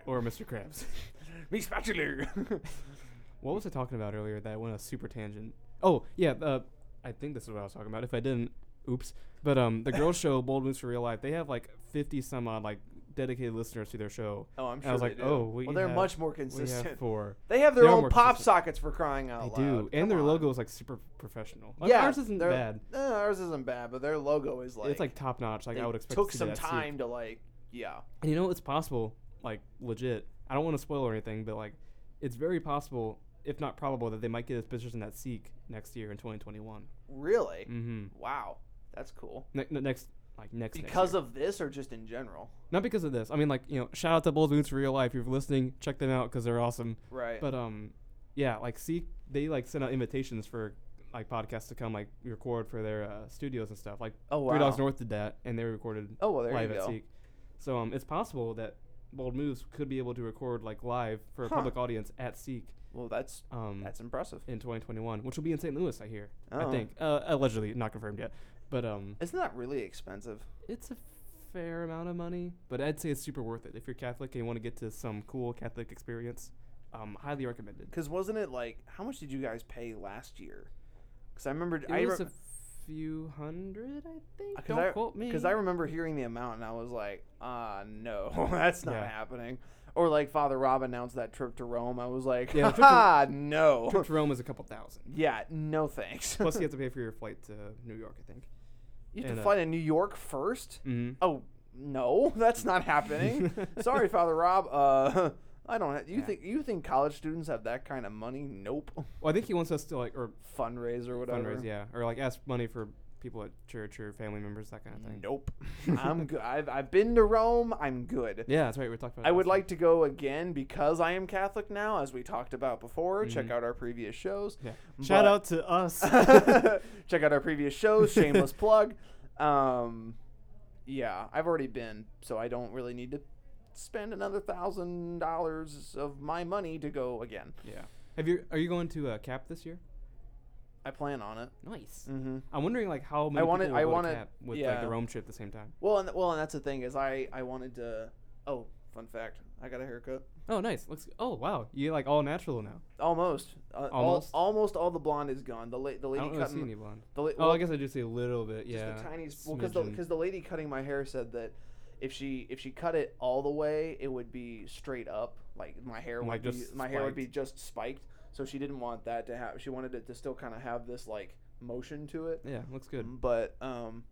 [SPEAKER 2] or Mr. Krabs.
[SPEAKER 1] Me spatula.
[SPEAKER 2] What was I talking about earlier that went a super tangent? Oh yeah, uh, I think this is what I was talking about. If I didn't, oops. But um, the girls show Bold Moves for Real Life, they have like fifty some odd like dedicated listeners to their show.
[SPEAKER 1] oh, I'm
[SPEAKER 2] And
[SPEAKER 1] sure.
[SPEAKER 2] I was
[SPEAKER 1] they
[SPEAKER 2] like,
[SPEAKER 1] do.
[SPEAKER 2] oh, we
[SPEAKER 1] well, they're
[SPEAKER 2] have-
[SPEAKER 1] much more
[SPEAKER 2] We have
[SPEAKER 1] consistent.
[SPEAKER 2] four.
[SPEAKER 1] they have their
[SPEAKER 2] they are
[SPEAKER 1] own
[SPEAKER 2] more
[SPEAKER 1] pop
[SPEAKER 2] consistent.
[SPEAKER 1] sockets for crying
[SPEAKER 2] They
[SPEAKER 1] out
[SPEAKER 2] do,
[SPEAKER 1] loud. Come
[SPEAKER 2] and their
[SPEAKER 1] on.
[SPEAKER 2] logo is like super professional. Like,
[SPEAKER 1] yeah,
[SPEAKER 2] ours isn't
[SPEAKER 1] their-
[SPEAKER 2] bad.
[SPEAKER 1] eh, ours isn't bad, but their logo is like
[SPEAKER 2] it's like top notch. Like
[SPEAKER 1] they
[SPEAKER 2] I would expect.
[SPEAKER 1] took
[SPEAKER 2] to see
[SPEAKER 1] some
[SPEAKER 2] that suit.
[SPEAKER 1] time to like, yeah,
[SPEAKER 2] And you know, it's possible. Like legit. I don't want to spoil or anything, but like, it's very possible, if not probable, that they might get a position at Seek next year in 2021.
[SPEAKER 1] really.
[SPEAKER 2] Mm-hmm.
[SPEAKER 1] Wow, that's cool.
[SPEAKER 2] Ne- ne- next, like next.
[SPEAKER 1] Because of this, or just in general,
[SPEAKER 2] not because of this. I mean, like you know, shout out to Bold Moves for Real Life. If you're listening, check them out because they're awesome.
[SPEAKER 1] right?
[SPEAKER 2] But um, yeah, like Seek, they like send out invitations for like podcasts to come like record for their uh, studios and stuff. Like
[SPEAKER 1] oh wow.
[SPEAKER 2] Three Dogs North did that, and they recorded
[SPEAKER 1] oh well, there
[SPEAKER 2] live
[SPEAKER 1] you
[SPEAKER 2] at
[SPEAKER 1] go.
[SPEAKER 2] Seek. So um, it's possible that Bold Moves could be able to record like live for a
[SPEAKER 1] Huh.
[SPEAKER 2] public audience at Seek
[SPEAKER 1] Well, that's
[SPEAKER 2] um,
[SPEAKER 1] that's impressive.
[SPEAKER 2] in 2021, which will be in St. Louis, I hear. I
[SPEAKER 1] Oh.
[SPEAKER 2] think uh, allegedly, not confirmed yet, but um,
[SPEAKER 1] Isn't that really expensive?
[SPEAKER 2] it's a fair amount of money. But I'd say it's super worth it if you're Catholic and you want to get to some cool Catholic experience. Um, highly recommended.
[SPEAKER 1] Because wasn't it like how much did you guys pay last year? Because I remember
[SPEAKER 2] It
[SPEAKER 1] I
[SPEAKER 2] was
[SPEAKER 1] rem-
[SPEAKER 2] a few hundred, I think.
[SPEAKER 1] 'Cause
[SPEAKER 2] Don't
[SPEAKER 1] I-
[SPEAKER 2] quote me.
[SPEAKER 1] because I remember hearing the amount and I was like, ah, no, that's not
[SPEAKER 2] Yeah.
[SPEAKER 1] happening. Or like Father Rob announced that trip to Rome, I was like,
[SPEAKER 2] Yeah, the trip to-
[SPEAKER 1] ah, no,
[SPEAKER 2] Trip to Rome is a couple thousand.
[SPEAKER 1] yeah, no thanks.
[SPEAKER 2] Plus, you have to pay for your flight to New York, I think.
[SPEAKER 1] you have
[SPEAKER 2] and,
[SPEAKER 1] to
[SPEAKER 2] uh,
[SPEAKER 1] fly to New York first.
[SPEAKER 2] Mm-hmm.
[SPEAKER 1] Oh no, that's not happening. Sorry, Father Rob. Uh, I don't. Ha- you
[SPEAKER 2] Yeah.
[SPEAKER 1] think you think college students have that kind of money? Nope.
[SPEAKER 2] Well, Oh, I think he wants us to like or
[SPEAKER 1] Fundraise or whatever.
[SPEAKER 2] fundraise, yeah, or like ask money for people at church or family members, that kind of thing.
[SPEAKER 1] Nope. I'm good. I've, I've been to Rome. I'm good.
[SPEAKER 2] Yeah, that's right. We are talking about.
[SPEAKER 1] I
[SPEAKER 2] that
[SPEAKER 1] would
[SPEAKER 2] last
[SPEAKER 1] like to go again because I am Catholic now, as we talked about before. Check
[SPEAKER 2] Mhm.
[SPEAKER 1] out our previous shows.
[SPEAKER 2] time. Yeah. Shout
[SPEAKER 1] but-
[SPEAKER 2] out to us.
[SPEAKER 1] Check out our previous shows. Shameless plug. Um, yeah, I've already been, so I don't really need to spend another thousand dollars of my money to go again.
[SPEAKER 2] yeah. Have you? Are you going to uh, Cap this year?
[SPEAKER 1] I plan on it.
[SPEAKER 2] Nice.
[SPEAKER 1] Mm-hmm.
[SPEAKER 2] I'm wondering like how many
[SPEAKER 1] wanna-
[SPEAKER 2] people will
[SPEAKER 1] I
[SPEAKER 2] go to
[SPEAKER 1] wanna-
[SPEAKER 2] Cap with like
[SPEAKER 1] yeah.
[SPEAKER 2] the Rome trip at the same time.
[SPEAKER 1] Well, and well, and that's the thing is I I wanted to. Oh, fun fact. I got a haircut.
[SPEAKER 2] Oh, nice. Looks. Oh, wow. You like all natural now.
[SPEAKER 1] Almost. Uh,
[SPEAKER 2] Almost?
[SPEAKER 1] almost. All, almost all the blonde is gone. The, la- the
[SPEAKER 2] I
[SPEAKER 1] lady
[SPEAKER 2] don't really
[SPEAKER 1] cutting.
[SPEAKER 2] see any blonde.
[SPEAKER 1] The la-
[SPEAKER 2] oh,
[SPEAKER 1] well,
[SPEAKER 2] I guess I do see a little bit.
[SPEAKER 1] just
[SPEAKER 2] Yeah.
[SPEAKER 1] the tiniest. Well, because the,
[SPEAKER 2] smidgen.
[SPEAKER 1] 'cause the lady cutting my hair said that if she if she cut it all the way, it would be straight up. Like my hair
[SPEAKER 2] Like
[SPEAKER 1] would be
[SPEAKER 2] just
[SPEAKER 1] my hair would be just spiked. So she didn't want that to have. She wanted it to still kind of have this like motion to it,
[SPEAKER 2] Yeah, looks good.
[SPEAKER 1] but um,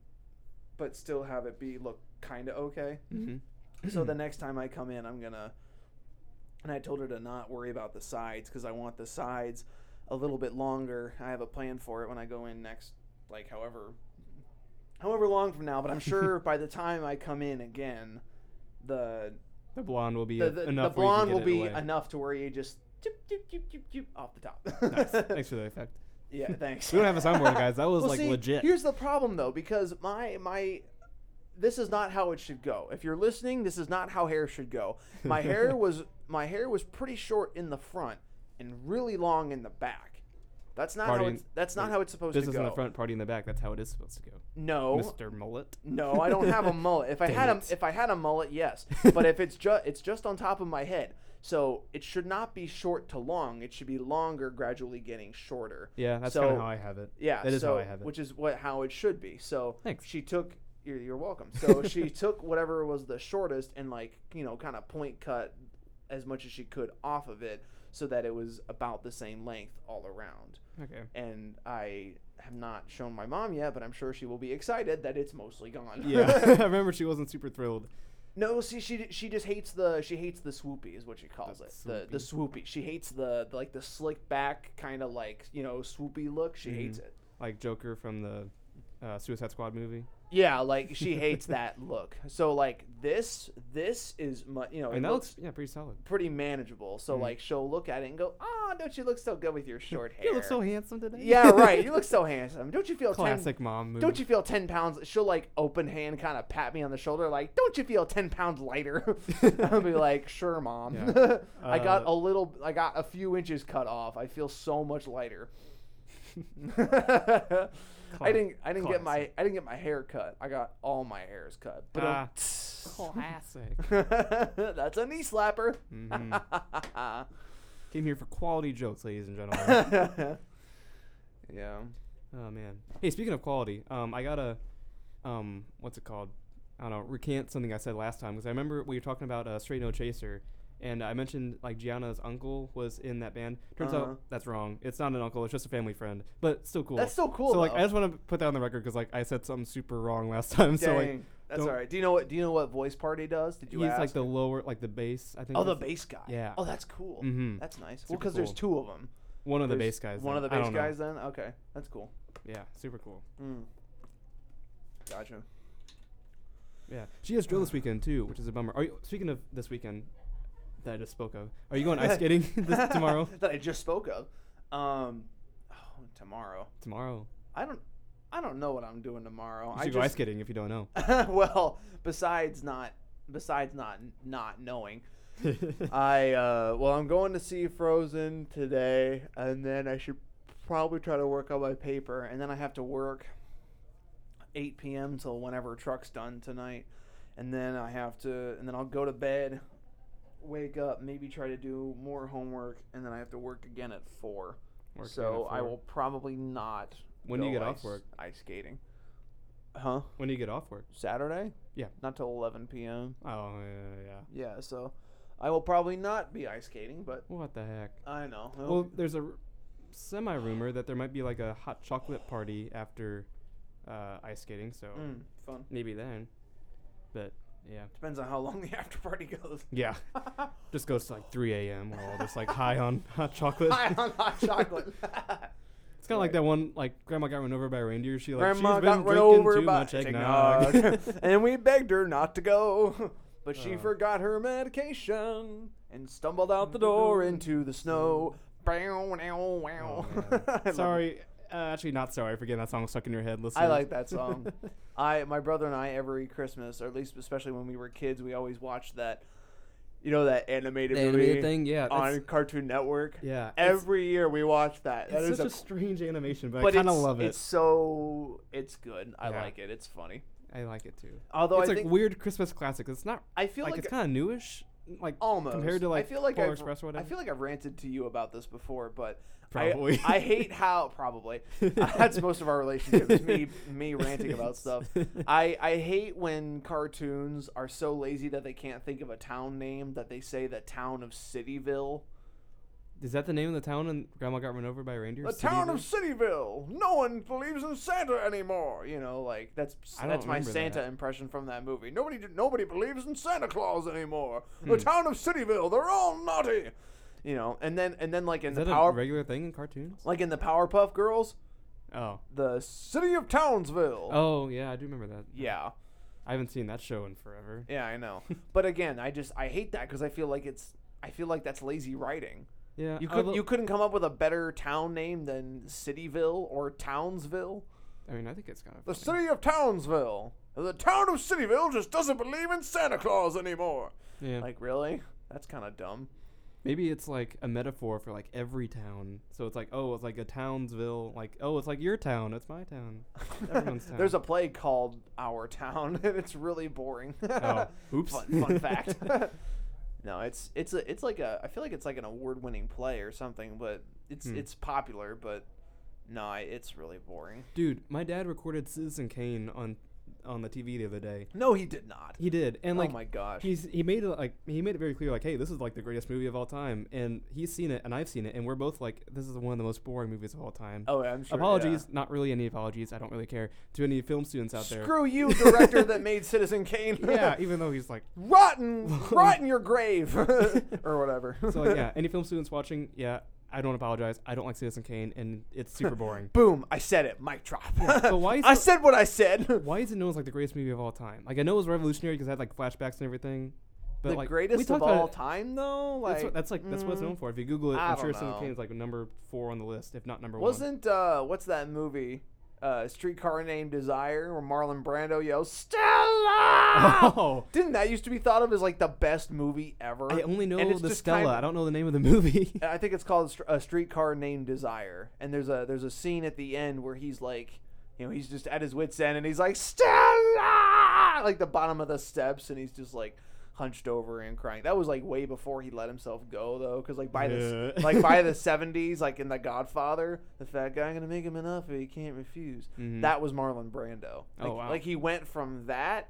[SPEAKER 1] but still have it be look kind of okay.
[SPEAKER 2] Mm-hmm.
[SPEAKER 1] so the next time I come in, I'm gonna. And I told her to not worry about the sides because I want the sides a little bit longer. I have a plan for it when I go in next, like however, however long from now. But I'm sure by the time I come in again, the
[SPEAKER 2] The blonde will be
[SPEAKER 1] the, the, the
[SPEAKER 2] enough. where you can
[SPEAKER 1] blonde
[SPEAKER 2] get
[SPEAKER 1] will
[SPEAKER 2] it
[SPEAKER 1] be
[SPEAKER 2] away.
[SPEAKER 1] enough to where you just choop, choop, choop, choop, choop, off the top.
[SPEAKER 2] nice. Thanks for the effect.
[SPEAKER 1] yeah, thanks.
[SPEAKER 2] We don't have a soundboard, guys. That was
[SPEAKER 1] Well,
[SPEAKER 2] like
[SPEAKER 1] see,
[SPEAKER 2] legit.
[SPEAKER 1] Here's the problem though, because my my this is not how it should go. If you're listening, this is not how hair should go. My hair was my hair was pretty short in the front and really long in the back. That's not
[SPEAKER 2] Party
[SPEAKER 1] how
[SPEAKER 2] in-
[SPEAKER 1] it's, that's not
[SPEAKER 2] wait,
[SPEAKER 1] how it's supposed
[SPEAKER 2] Business
[SPEAKER 1] to go.
[SPEAKER 2] in the front, party in the back. That's how it is supposed to go.
[SPEAKER 1] No.
[SPEAKER 2] Mr. Mullet.
[SPEAKER 1] No, I don't have a mullet. If I
[SPEAKER 2] Dang
[SPEAKER 1] had a
[SPEAKER 2] it.
[SPEAKER 1] if I had a mullet, yes. But if it's just it's just on top of my head. So it should not be short to long. It should be longer, gradually getting shorter.
[SPEAKER 2] Yeah, that's
[SPEAKER 1] So-
[SPEAKER 2] kind of how I have it.
[SPEAKER 1] Yeah,
[SPEAKER 2] That is
[SPEAKER 1] so,
[SPEAKER 2] how I have it.
[SPEAKER 1] Which is what how it should be. So
[SPEAKER 2] Thanks.
[SPEAKER 1] she took. You're, you're welcome. So she took whatever was the shortest and like you know kind of point cut as much as she could off of it so that it was about the same length all around.
[SPEAKER 2] Okay.
[SPEAKER 1] And I have not shown my mom yet, but I'm sure she will be excited that it's mostly gone.
[SPEAKER 2] Yeah, I remember she wasn't super thrilled.
[SPEAKER 1] no, see, she she just hates the she hates the swoopy is what she calls
[SPEAKER 2] The
[SPEAKER 1] it. The the swoopy. She hates the, the, like the slick back kind of like you know swoopy look. She
[SPEAKER 2] Mm-hmm.
[SPEAKER 1] hates it.
[SPEAKER 2] Like Joker from the uh, Suicide Squad movie.
[SPEAKER 1] Yeah, like she hates that look. So like this, this is mu- you know
[SPEAKER 2] I
[SPEAKER 1] it
[SPEAKER 2] mean, that
[SPEAKER 1] looks
[SPEAKER 2] looks Mm-hmm. yeah pretty solid.
[SPEAKER 1] pretty manageable. So like she'll look at it and go, "Ah, don't you look so good with your short hair?
[SPEAKER 2] You look so handsome today.
[SPEAKER 1] yeah, right. You look so handsome. Don't you feel ten?
[SPEAKER 2] Classic mom movie.
[SPEAKER 1] Don't you feel ten pounds? She'll like open hand kind of pat me on the shoulder, like, "Don't you feel ten pounds lighter?" I'll be like, "Sure, mom.
[SPEAKER 2] Yeah.
[SPEAKER 1] I got
[SPEAKER 2] Uh,
[SPEAKER 1] a little, I got a few inches cut off. I feel so much lighter." I didn't. I didn't get my.
[SPEAKER 2] classic.
[SPEAKER 1] I didn't get my hair cut. I got all my hairs cut. But um,
[SPEAKER 2] Ah, classic. Ah.
[SPEAKER 1] that's a knee slapper.
[SPEAKER 2] Mhm. Came here for quality jokes, ladies and gentlemen.
[SPEAKER 1] yeah.
[SPEAKER 2] oh man. Hey, speaking of quality, um, I gotta, um, what's it called? I don't know. Recant something I said last time because I remember we were talking about uh, Straight No Chaser, and I mentioned like Gianna's uncle was in that band. Turns
[SPEAKER 1] Uh-huh.
[SPEAKER 2] out that's wrong. It's not an uncle. It's just a family friend, but still cool.
[SPEAKER 1] That's so cool.
[SPEAKER 2] So like,
[SPEAKER 1] though.
[SPEAKER 2] I just want to put that on the record because like I said something super wrong last time. So like,
[SPEAKER 1] Dang. that's
[SPEAKER 2] don't-
[SPEAKER 1] all right. Do you know what? Do you know what voice party does? Did you
[SPEAKER 2] he's
[SPEAKER 1] ask?
[SPEAKER 2] like the lower, like the bass. I think.
[SPEAKER 1] oh, the
[SPEAKER 2] is-
[SPEAKER 1] bass guy.
[SPEAKER 2] Yeah.
[SPEAKER 1] Oh, that's cool.
[SPEAKER 2] Mhm.
[SPEAKER 1] That's nice. Well,
[SPEAKER 2] Super
[SPEAKER 1] because there's two of them.
[SPEAKER 2] One of the bass guys.
[SPEAKER 1] One
[SPEAKER 2] then.
[SPEAKER 1] of the
[SPEAKER 2] I
[SPEAKER 1] bass
[SPEAKER 2] don't know.
[SPEAKER 1] guys. Then okay, that's cool.
[SPEAKER 2] Yeah, super cool.
[SPEAKER 1] Mm. Gotcha.
[SPEAKER 2] Yeah, she has drill this weekend too, which is a bummer. Are you speaking of this weekend that I just spoke of? Are you going ice skating this, tomorrow?
[SPEAKER 1] that I just spoke of. Um, oh, tomorrow.
[SPEAKER 2] Tomorrow.
[SPEAKER 1] I don't. I don't know what I'm doing tomorrow.
[SPEAKER 2] You
[SPEAKER 1] I
[SPEAKER 2] should
[SPEAKER 1] just,
[SPEAKER 2] go ice skating if you don't know.
[SPEAKER 1] well, besides not besides not not knowing, I uh, well I'm going to see Frozen today, and then I should probably try to work on my paper, and then I have to work 8 p.m. till whenever truck's done tonight, and then I have to and then I'll go to bed, wake up, maybe try to do more homework, and then I have to work again at four.
[SPEAKER 2] Work again
[SPEAKER 1] so
[SPEAKER 2] at
[SPEAKER 1] I
[SPEAKER 2] four.
[SPEAKER 1] will probably not.
[SPEAKER 2] When do you
[SPEAKER 1] go
[SPEAKER 2] get off
[SPEAKER 1] ice-
[SPEAKER 2] work?
[SPEAKER 1] Ice skating. Huh?
[SPEAKER 2] When do you get off work?
[SPEAKER 1] Saturday?
[SPEAKER 2] Yeah.
[SPEAKER 1] Not till 11 p.m.
[SPEAKER 2] Oh yeah, yeah.
[SPEAKER 1] Yeah, so I will probably not be ice skating, but
[SPEAKER 2] What the heck?
[SPEAKER 1] I know. it'll-
[SPEAKER 2] Well, there's a r- semi rumor that there might be like a hot chocolate party after uh, ice skating, so
[SPEAKER 1] mm, fun.
[SPEAKER 2] maybe then. But yeah,
[SPEAKER 1] Depends on how long the after party goes.
[SPEAKER 2] yeah. Just goes to like 3 a.m. We're all just like high on hot chocolate.
[SPEAKER 1] High on hot chocolate.
[SPEAKER 2] It's kind of like that one, like Grandma got run over by a reindeer. She like
[SPEAKER 1] Grandma
[SPEAKER 2] she's been
[SPEAKER 1] got run
[SPEAKER 2] drinking
[SPEAKER 1] over
[SPEAKER 2] too
[SPEAKER 1] by
[SPEAKER 2] much eggnog.
[SPEAKER 1] and we begged her not to go, but she
[SPEAKER 2] Uh.
[SPEAKER 1] forgot her medication and stumbled out the door into the snow. Bow, wow, wow.
[SPEAKER 2] Mm. Oh,
[SPEAKER 1] I love it.
[SPEAKER 2] sorry, uh, actually not sorry for getting that song stuck in your head. Listen,
[SPEAKER 1] I like that song. I my brother and I every Christmas, or at least especially when we were kids, we always watched that. You know that animated movie
[SPEAKER 2] thing, yeah,
[SPEAKER 1] on Cartoon Network.
[SPEAKER 2] yeah.
[SPEAKER 1] Every year we watch that.
[SPEAKER 2] it's,
[SPEAKER 1] That
[SPEAKER 2] it's
[SPEAKER 1] is
[SPEAKER 2] such a,
[SPEAKER 1] a,
[SPEAKER 2] strange animation, but,
[SPEAKER 1] but
[SPEAKER 2] I kind of
[SPEAKER 1] it's-
[SPEAKER 2] love it.
[SPEAKER 1] It's so it's good. I
[SPEAKER 2] Yeah.
[SPEAKER 1] like it. It's funny.
[SPEAKER 2] I like it too.
[SPEAKER 1] Although
[SPEAKER 2] it's
[SPEAKER 1] I
[SPEAKER 2] like
[SPEAKER 1] think
[SPEAKER 2] weird Christmas classic. It's not
[SPEAKER 1] I feel
[SPEAKER 2] like,
[SPEAKER 1] like,
[SPEAKER 2] it's kind of newish, like
[SPEAKER 1] almost
[SPEAKER 2] compared to like,
[SPEAKER 1] I feel like
[SPEAKER 2] Polar
[SPEAKER 1] I've,
[SPEAKER 2] Express or
[SPEAKER 1] I
[SPEAKER 2] whatever.
[SPEAKER 1] feel like I've ranted to you about this before, but I-
[SPEAKER 2] Probably.
[SPEAKER 1] I, hate how probably that's most of our relationship is me me ranting about stuff. I, I hate when cartoons are so lazy that they can't think of a town name that they say the town of Cityville.
[SPEAKER 2] Is that the name of the town? And Grandma got run over by reindeer.
[SPEAKER 1] The town of Cityville. No one believes in Santa anymore. You know, like that's
[SPEAKER 2] I don't
[SPEAKER 1] that's my
[SPEAKER 2] remember
[SPEAKER 1] Santa
[SPEAKER 2] that.
[SPEAKER 1] impression from that movie. Nobody nobody believes in Santa Claus anymore. The
[SPEAKER 2] Hmm.
[SPEAKER 1] town of Cityville. They're all naughty. You know, and then and then like in
[SPEAKER 2] Is
[SPEAKER 1] the
[SPEAKER 2] that
[SPEAKER 1] power
[SPEAKER 2] a regular thing in cartoons?
[SPEAKER 1] like in the Powerpuff Girls,
[SPEAKER 2] Oh,
[SPEAKER 1] the city of Townsville.
[SPEAKER 2] oh yeah, I do remember that.
[SPEAKER 1] Yeah,
[SPEAKER 2] I haven't seen that show in forever.
[SPEAKER 1] yeah, I know. but again, I just I hate that because I feel like it's I feel like that's lazy writing.
[SPEAKER 2] Yeah,
[SPEAKER 1] Uh, You could
[SPEAKER 2] although-
[SPEAKER 1] you couldn't come up with a better town name than Cityville or Townsville.
[SPEAKER 2] I mean, I think it's kind of.
[SPEAKER 1] The
[SPEAKER 2] funny.
[SPEAKER 1] city of Townsville. The town of Cityville just doesn't believe in Santa Claus anymore.
[SPEAKER 2] yeah.
[SPEAKER 1] Like really? That's kind of dumb.
[SPEAKER 2] Maybe it's like a metaphor for like every town. So it's like, oh, it's like a Townsville. Like, oh, it's like your town. It's my town. Everyone's town.
[SPEAKER 1] There's a play called Our Town, and it's really boring.
[SPEAKER 2] Oh, oops.
[SPEAKER 1] Fun, fun fact. no, it's it's a it's like a I feel like it's like an award-winning play or something, but it's
[SPEAKER 2] Hmm.
[SPEAKER 1] it's popular, but no, I, it's really boring.
[SPEAKER 2] Dude, my dad recorded Citizen Kane on on the TV the other day.
[SPEAKER 1] No, he did not.
[SPEAKER 2] He did, and like
[SPEAKER 1] oh my gosh.
[SPEAKER 2] he's he made it like he made it very clear like, hey, this is like the greatest movie of all time, and he's seen it and I've seen it, and we're both like, this is one of the most boring movies of all time.
[SPEAKER 1] oh, I'm sure. yeah.
[SPEAKER 2] apologies, not really any apologies. I don't really care to any film students out there.
[SPEAKER 1] Screw you, director that made Citizen Kane.
[SPEAKER 2] yeah, even though he's like,
[SPEAKER 1] rotten, rotten your grave, or whatever.
[SPEAKER 2] so like, yeah, any film students watching, yeah, I don't apologize. I don't like Citizen Kane, and it's super boring.
[SPEAKER 1] Boom! I said it. Mic drop.
[SPEAKER 2] but why is
[SPEAKER 1] I
[SPEAKER 2] it-
[SPEAKER 1] said what I said.
[SPEAKER 2] Why is it known as like the greatest movie of all time? Like I know it was revolutionary because it had like flashbacks and everything. But
[SPEAKER 1] the
[SPEAKER 2] like we
[SPEAKER 1] greatest
[SPEAKER 2] talked
[SPEAKER 1] of
[SPEAKER 2] about
[SPEAKER 1] all
[SPEAKER 2] it-
[SPEAKER 1] time, though. Mm, Like
[SPEAKER 2] That's, what, that's like that's what it's known for. If you Google it,
[SPEAKER 1] I
[SPEAKER 2] I'm sure
[SPEAKER 1] don't
[SPEAKER 2] Citizen
[SPEAKER 1] know.
[SPEAKER 2] Kane is like number four on the list, if not number one.
[SPEAKER 1] Wasn't uh, what's that movie? Uh, Streetcar Named Desire, where Marlon Brando yells Stella.
[SPEAKER 2] Oh,
[SPEAKER 1] Didn't that used to be thought of as like the best movie ever?
[SPEAKER 2] I only know
[SPEAKER 1] And it's
[SPEAKER 2] the
[SPEAKER 1] just
[SPEAKER 2] Stella.
[SPEAKER 1] kind of-
[SPEAKER 2] I don't know the name of the movie.
[SPEAKER 1] I think it's called Str- a streetcar named Desire, and there's a there's a scene at the end where he's like, you know, he's just at his wits end, and he's like Stella, like the bottom of the steps, and he's just like hunched over and crying. That was like way before he let himself go though, because like by the
[SPEAKER 2] Yeah.
[SPEAKER 1] like by the seventies, like in The Godfather, the fat guy, I'm gonna make him an offer he can't refuse.
[SPEAKER 2] Mhm.
[SPEAKER 1] That was Marlon Brando.
[SPEAKER 2] Oh,
[SPEAKER 1] Like,
[SPEAKER 2] wow.
[SPEAKER 1] like he went from that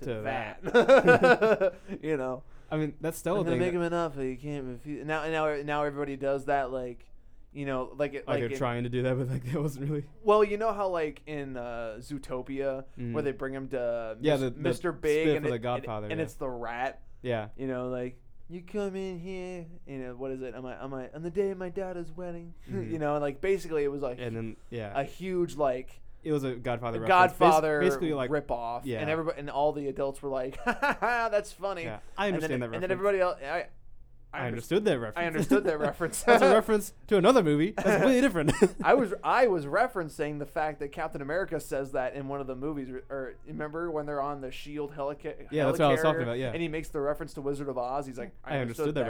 [SPEAKER 1] to,
[SPEAKER 2] To
[SPEAKER 1] that,
[SPEAKER 2] that.
[SPEAKER 1] you know.
[SPEAKER 2] I mean, that Stella
[SPEAKER 1] I'm gonna
[SPEAKER 2] thing.
[SPEAKER 1] make
[SPEAKER 2] that-
[SPEAKER 1] him an offer. You can't refuse. Now, now, now everybody does that. Like, you know, like it,
[SPEAKER 2] like
[SPEAKER 1] like,
[SPEAKER 2] they're
[SPEAKER 1] it-
[SPEAKER 2] trying to do that, but like that wasn't really.
[SPEAKER 1] well, you know how like in uh, Zootopia where
[SPEAKER 2] Mhm.
[SPEAKER 1] they bring him to uh,
[SPEAKER 2] Yeah,
[SPEAKER 1] Mis-
[SPEAKER 2] the- the
[SPEAKER 1] Mr. Big
[SPEAKER 2] spiff
[SPEAKER 1] and,
[SPEAKER 2] of
[SPEAKER 1] it-
[SPEAKER 2] The
[SPEAKER 1] and-
[SPEAKER 2] Godfather,
[SPEAKER 1] and,
[SPEAKER 2] yeah.
[SPEAKER 1] it's the rat.
[SPEAKER 2] Yeah.
[SPEAKER 1] You know, like you come in here. You know what is it? Am I? Am I on the day of my daughter's wedding?
[SPEAKER 2] Mhm.
[SPEAKER 1] you know, and like basically it was like
[SPEAKER 2] And then yeah,
[SPEAKER 1] a huge like
[SPEAKER 2] it was a Godfather. reference. Bas-
[SPEAKER 1] Godfather
[SPEAKER 2] basically like
[SPEAKER 1] ripoff.
[SPEAKER 2] yeah.
[SPEAKER 1] and everybody and all the adults were like, "Ha ha ha, that's funny."
[SPEAKER 2] Yeah, I
[SPEAKER 1] And then-
[SPEAKER 2] understand that
[SPEAKER 1] And
[SPEAKER 2] reference.
[SPEAKER 1] then everybody else, I, understand.
[SPEAKER 2] I understood that reference.
[SPEAKER 1] I understood that reference.
[SPEAKER 2] That's a reference to another movie. That's completely different.
[SPEAKER 1] I was I was referencing the fact that Captain America says that in one of the movies. Or, or remember when they're on the Shield E helica- helicarrier?
[SPEAKER 2] Yeah, that's what I was talking about, yeah.
[SPEAKER 1] and he makes the reference to Wizard of Oz. He's like, I,
[SPEAKER 2] I understood that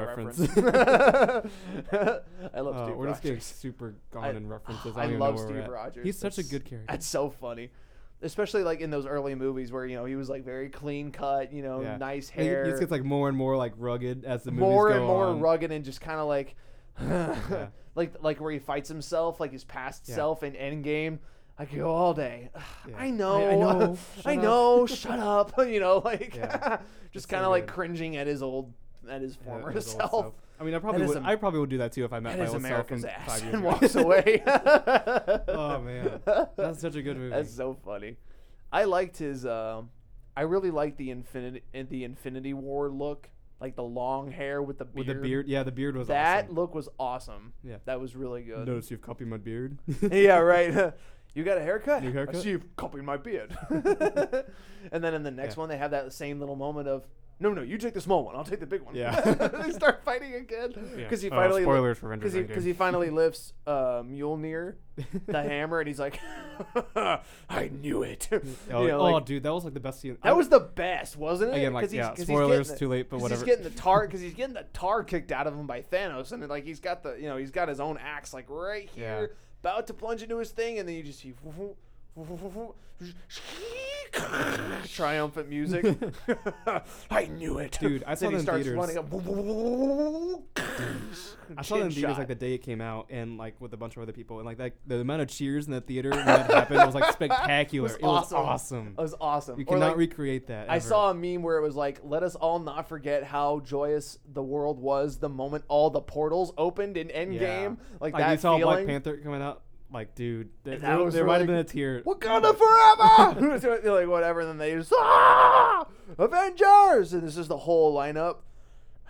[SPEAKER 1] reference. I love
[SPEAKER 2] Uh,
[SPEAKER 1] Steve
[SPEAKER 2] we're just getting
[SPEAKER 1] Rogers.
[SPEAKER 2] super gone
[SPEAKER 1] I-
[SPEAKER 2] in references. I,
[SPEAKER 1] I
[SPEAKER 2] don't even
[SPEAKER 1] love
[SPEAKER 2] know where we're
[SPEAKER 1] Steve
[SPEAKER 2] at.
[SPEAKER 1] Rogers.
[SPEAKER 2] He's such a
[SPEAKER 1] That's-
[SPEAKER 2] good character.
[SPEAKER 1] That's so funny. Especially like in those early movies where you know he was like very clean cut, you know,
[SPEAKER 2] Yeah.
[SPEAKER 1] nice
[SPEAKER 2] And he-
[SPEAKER 1] hair,
[SPEAKER 2] He just gets like more and more like rugged as the movies
[SPEAKER 1] more
[SPEAKER 2] go
[SPEAKER 1] and more
[SPEAKER 2] on.
[SPEAKER 1] rugged and just kind of like, like like where he fights himself, like his past
[SPEAKER 2] Yeah.
[SPEAKER 1] self in Endgame. I could go all day.
[SPEAKER 2] Yeah.
[SPEAKER 1] I know,
[SPEAKER 2] I-
[SPEAKER 1] I
[SPEAKER 2] I know. Shut up."
[SPEAKER 1] know, Shut up. You know, like
[SPEAKER 2] Yeah.
[SPEAKER 1] just
[SPEAKER 2] It's so
[SPEAKER 1] kind of like
[SPEAKER 2] good.
[SPEAKER 1] cringing at his old, at his
[SPEAKER 2] Yeah,
[SPEAKER 1] former
[SPEAKER 2] his old
[SPEAKER 1] self.
[SPEAKER 2] self. I mean, I probably
[SPEAKER 1] is
[SPEAKER 2] would.
[SPEAKER 1] Am-
[SPEAKER 2] I probably would do that too if I met
[SPEAKER 1] That
[SPEAKER 2] my
[SPEAKER 1] is
[SPEAKER 2] old self from
[SPEAKER 1] America's
[SPEAKER 2] five
[SPEAKER 1] ass
[SPEAKER 2] years
[SPEAKER 1] and
[SPEAKER 2] ago.
[SPEAKER 1] walks away.
[SPEAKER 2] oh man, that's such a good movie.
[SPEAKER 1] That's so funny. I liked his. um I really liked the infinity the Infinity War look, like the long hair with the
[SPEAKER 2] With
[SPEAKER 1] beard.
[SPEAKER 2] the beard, yeah, the beard was
[SPEAKER 1] That
[SPEAKER 2] awesome.
[SPEAKER 1] look was awesome.
[SPEAKER 2] Yeah.
[SPEAKER 1] that was really good.
[SPEAKER 2] Notice you've copied my beard.
[SPEAKER 1] yeah, right. you got a haircut?
[SPEAKER 2] New haircut?
[SPEAKER 1] I see you've copied my beard. and then in the next
[SPEAKER 2] Yeah.
[SPEAKER 1] one, they have that same little moment of, no, no, you take the small one. I'll take the big one.
[SPEAKER 2] Yeah.
[SPEAKER 1] they start fighting again.
[SPEAKER 2] Yeah.
[SPEAKER 1] Because he
[SPEAKER 2] Oh,
[SPEAKER 1] finally.
[SPEAKER 2] spoilers for
[SPEAKER 1] Because
[SPEAKER 2] Avengers
[SPEAKER 1] he,
[SPEAKER 2] Endgame.
[SPEAKER 1] 'cause he finally lifts uh, Mjolnir, the hammer, and he's like, I knew it.
[SPEAKER 2] Oh,
[SPEAKER 1] You know, like,
[SPEAKER 2] oh, dude, that was like the best scene. I-
[SPEAKER 1] that was the best, wasn't it?
[SPEAKER 2] Again, like,
[SPEAKER 1] 'Cause he's-
[SPEAKER 2] yeah,
[SPEAKER 1] 'cause he's
[SPEAKER 2] spoilers,
[SPEAKER 1] getting
[SPEAKER 2] too late, but
[SPEAKER 1] 'cause
[SPEAKER 2] whatever.
[SPEAKER 1] He's getting the tar because he's getting the tar kicked out of him by Thanos, and then, like he's got the you know he's got his own axe like right here,
[SPEAKER 2] Yeah.
[SPEAKER 1] about to plunge into his thing, and then you just see triumphant music. I knew it,
[SPEAKER 2] Dude, I saw
[SPEAKER 1] then he
[SPEAKER 2] them
[SPEAKER 1] starts
[SPEAKER 2] theaters.
[SPEAKER 1] running up.
[SPEAKER 2] I saw
[SPEAKER 1] Chin
[SPEAKER 2] them in theaters
[SPEAKER 1] shot.
[SPEAKER 2] like the day it came out, and like with a bunch of other people, and like that, the amount of cheers in the theater when that happened was like spectacular.
[SPEAKER 1] It was
[SPEAKER 2] It was
[SPEAKER 1] awesome.
[SPEAKER 2] awesome.
[SPEAKER 1] It was awesome.
[SPEAKER 2] You
[SPEAKER 1] Or,
[SPEAKER 2] cannot
[SPEAKER 1] like,
[SPEAKER 2] recreate that.
[SPEAKER 1] I
[SPEAKER 2] ever.
[SPEAKER 1] saw a meme where it was like, "Let us all not forget how joyous the world was the moment all the portals opened in Endgame." Like,
[SPEAKER 2] like
[SPEAKER 1] that
[SPEAKER 2] you saw
[SPEAKER 1] feeling.
[SPEAKER 2] Black Panther coming out. Like, dude, there,
[SPEAKER 1] that
[SPEAKER 2] there-
[SPEAKER 1] was
[SPEAKER 2] there might have
[SPEAKER 1] really-
[SPEAKER 2] been a tear.
[SPEAKER 1] Wakanda forever! So they're like whatever, and then they just ah, Avengers, and it's just the whole lineup.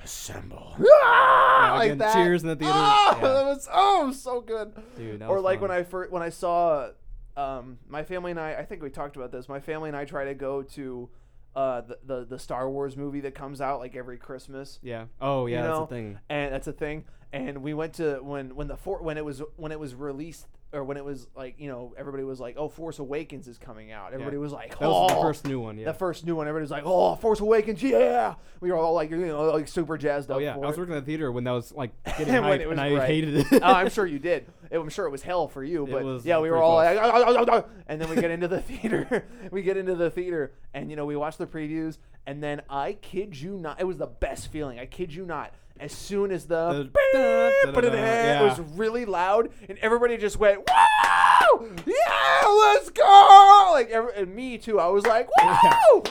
[SPEAKER 1] Assemble! Ah,
[SPEAKER 2] Yeah,
[SPEAKER 1] like
[SPEAKER 2] again,
[SPEAKER 1] that.
[SPEAKER 2] cheers in the theater.
[SPEAKER 1] Ah,
[SPEAKER 2] Yeah.
[SPEAKER 1] that was oh so good.
[SPEAKER 2] Dude, that
[SPEAKER 1] or
[SPEAKER 2] was
[SPEAKER 1] like
[SPEAKER 2] fun.
[SPEAKER 1] when I first when I saw, um, my family and I. I think we talked about this. My family and I try to go to, uh, the the, the Star Wars movie that comes out like every Christmas
[SPEAKER 2] Yeah. Oh
[SPEAKER 1] you
[SPEAKER 2] yeah, that's
[SPEAKER 1] know,
[SPEAKER 2] a thing.
[SPEAKER 1] and that's a thing. And we went to when when the for, when it was when it was released or when it was like you know everybody was like oh Force Awakens is coming out. Everybody was like
[SPEAKER 2] That was
[SPEAKER 1] oh
[SPEAKER 2] the first new one. Yeah.
[SPEAKER 1] the first new one. Everybody was like oh Force Awakens yeah. We were all like you know like super jazzed up.
[SPEAKER 2] oh yeah, I
[SPEAKER 1] for
[SPEAKER 2] was
[SPEAKER 1] it.
[SPEAKER 2] working at the theater when that was like getting
[SPEAKER 1] When
[SPEAKER 2] hyped,
[SPEAKER 1] it was
[SPEAKER 2] and I
[SPEAKER 1] right.
[SPEAKER 2] hated it.
[SPEAKER 1] oh, I'm sure you did. It- I'm sure it was hell for you, but
[SPEAKER 2] was
[SPEAKER 1] yeah, we were
[SPEAKER 2] pretty
[SPEAKER 1] all like,
[SPEAKER 2] close.
[SPEAKER 1] and then we get into the theater. we get into the theater, and you know, we watch the previews, and then I kid you not, it was the best feeling. I kid you not. As soon as the
[SPEAKER 2] The da- da-
[SPEAKER 1] beep,
[SPEAKER 2] da- da-
[SPEAKER 1] it was
[SPEAKER 2] yeah.
[SPEAKER 1] really loud, and everybody just went, "Wow, yeah, let's go!" Like, every, and me too. I was like, "Wow!"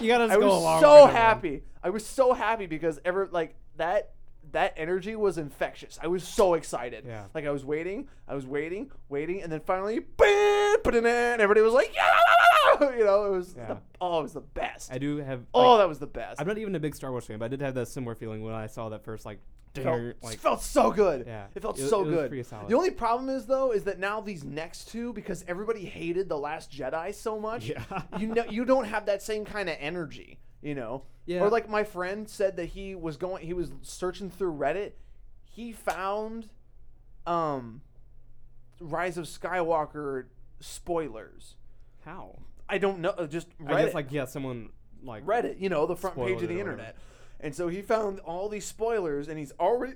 [SPEAKER 2] You gotta just
[SPEAKER 1] I
[SPEAKER 2] go
[SPEAKER 1] was
[SPEAKER 2] along
[SPEAKER 1] so
[SPEAKER 2] with it.
[SPEAKER 1] happy. I was so happy because ever like that that energy was infectious. I was so excited.
[SPEAKER 2] Yeah.
[SPEAKER 1] Like I was waiting, I was waiting, waiting, and then finally, bam, put it in. and Everybody was like, yeah, you know, it was
[SPEAKER 2] Yeah.
[SPEAKER 1] the, oh, it was the best.
[SPEAKER 2] I do have.
[SPEAKER 1] oh,
[SPEAKER 2] like,
[SPEAKER 1] that was the best.
[SPEAKER 2] I'm not even a big Star Wars fan, but I did have that similar feeling when I saw that first like.
[SPEAKER 1] felt,
[SPEAKER 2] dinger, like
[SPEAKER 1] felt so good.
[SPEAKER 2] Yeah.
[SPEAKER 1] It felt
[SPEAKER 2] It-
[SPEAKER 1] so
[SPEAKER 2] it was
[SPEAKER 1] good.
[SPEAKER 2] pretty solid.
[SPEAKER 1] The only problem is though is that now these next two because everybody hated the last Jedi so much,
[SPEAKER 2] Yeah.
[SPEAKER 1] you know you don't have that same kind of energy, you know.
[SPEAKER 2] Yeah.
[SPEAKER 1] Or like my friend said that he was going he was searching through Reddit, he found um Rise of Skywalker spoilers.
[SPEAKER 2] how?
[SPEAKER 1] I don't know, uh, just Reddit.
[SPEAKER 2] I guess like yeah, someone like
[SPEAKER 1] Reddit, you know, the front page
[SPEAKER 2] Spoiled
[SPEAKER 1] of
[SPEAKER 2] it
[SPEAKER 1] the
[SPEAKER 2] or
[SPEAKER 1] internet. And so he found all these spoilers and he's already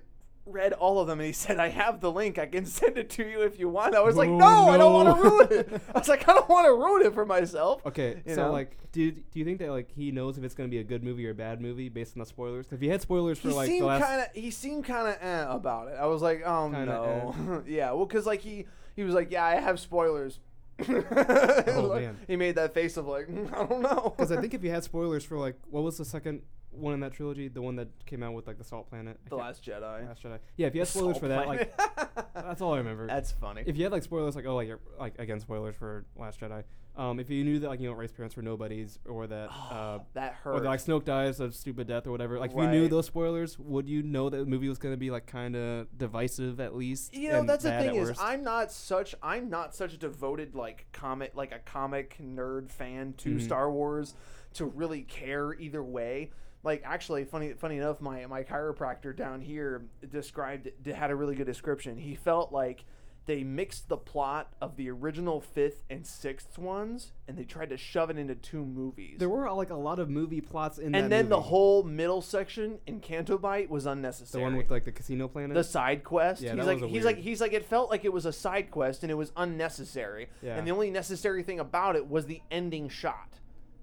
[SPEAKER 1] read all of them and he said, I have the link. I can send it to you if you want. I was like,
[SPEAKER 2] Oh,
[SPEAKER 1] no, I don't want to
[SPEAKER 2] no."
[SPEAKER 1] ruin it. I was like, I don't want to ruin it for myself.
[SPEAKER 2] Okay,
[SPEAKER 1] You
[SPEAKER 2] so
[SPEAKER 1] know?
[SPEAKER 2] like, do do you think that like he knows if it's gonna be a good movie or a bad movie based on the spoilers? 'Cause if he had spoilers for
[SPEAKER 1] He
[SPEAKER 2] like the
[SPEAKER 1] seemed
[SPEAKER 2] last,
[SPEAKER 1] kind of he seemed kind of eh about it. I was like, oh
[SPEAKER 2] Kinda eh.
[SPEAKER 1] no, yeah. Well, because like he he was like, yeah, I have spoilers. oh
[SPEAKER 2] man.
[SPEAKER 1] he made that face of like, "Mm, I don't know.
[SPEAKER 2] because I think if he had spoilers for like what was the second one in that trilogy, the one that came out with like the Salt Planet, I
[SPEAKER 1] the
[SPEAKER 2] can't-
[SPEAKER 1] Last Jedi.
[SPEAKER 2] Last Jedi. Yeah, if he had spoilers
[SPEAKER 1] Salt
[SPEAKER 2] for that, like
[SPEAKER 1] Planet.
[SPEAKER 2] that's all I remember.
[SPEAKER 1] that's funny.
[SPEAKER 2] if you had like spoilers, like oh, like you're, like again spoilers for Last Jedi. Um, if you knew that like you know race parents were nobodies or that uh,
[SPEAKER 1] that hurt.
[SPEAKER 2] or that, like Snoke dies of stupid death or whatever, like if you knew
[SPEAKER 1] Right.
[SPEAKER 2] those spoilers, would you know that the movie was gonna be like kind of divisive at least?
[SPEAKER 1] you know
[SPEAKER 2] and
[SPEAKER 1] that's the
[SPEAKER 2] bad at
[SPEAKER 1] thing is
[SPEAKER 2] worst?
[SPEAKER 1] i'm not such i'm not such a devoted like comic like a comic nerd fan to
[SPEAKER 2] Mm-hmm.
[SPEAKER 1] star wars to really care either way like actually funny funny enough my my chiropractor down here described d- had a really good description he felt like they mixed the plot of the original fifth and sixth ones and they tried to shove it into two movies
[SPEAKER 2] There were like a lot of movie plots in that.
[SPEAKER 1] and then the
[SPEAKER 2] movie.
[SPEAKER 1] whole middle section in Canto Bite was unnecessary
[SPEAKER 2] the one with like the casino planet.
[SPEAKER 1] the side quest.
[SPEAKER 2] Yeah,
[SPEAKER 1] he's
[SPEAKER 2] that
[SPEAKER 1] like,
[SPEAKER 2] was a
[SPEAKER 1] he's like,
[SPEAKER 2] weird-
[SPEAKER 1] he's like, it felt like it was a side quest and it was unnecessary.
[SPEAKER 2] Yeah.
[SPEAKER 1] And the only necessary thing about it was the ending shot.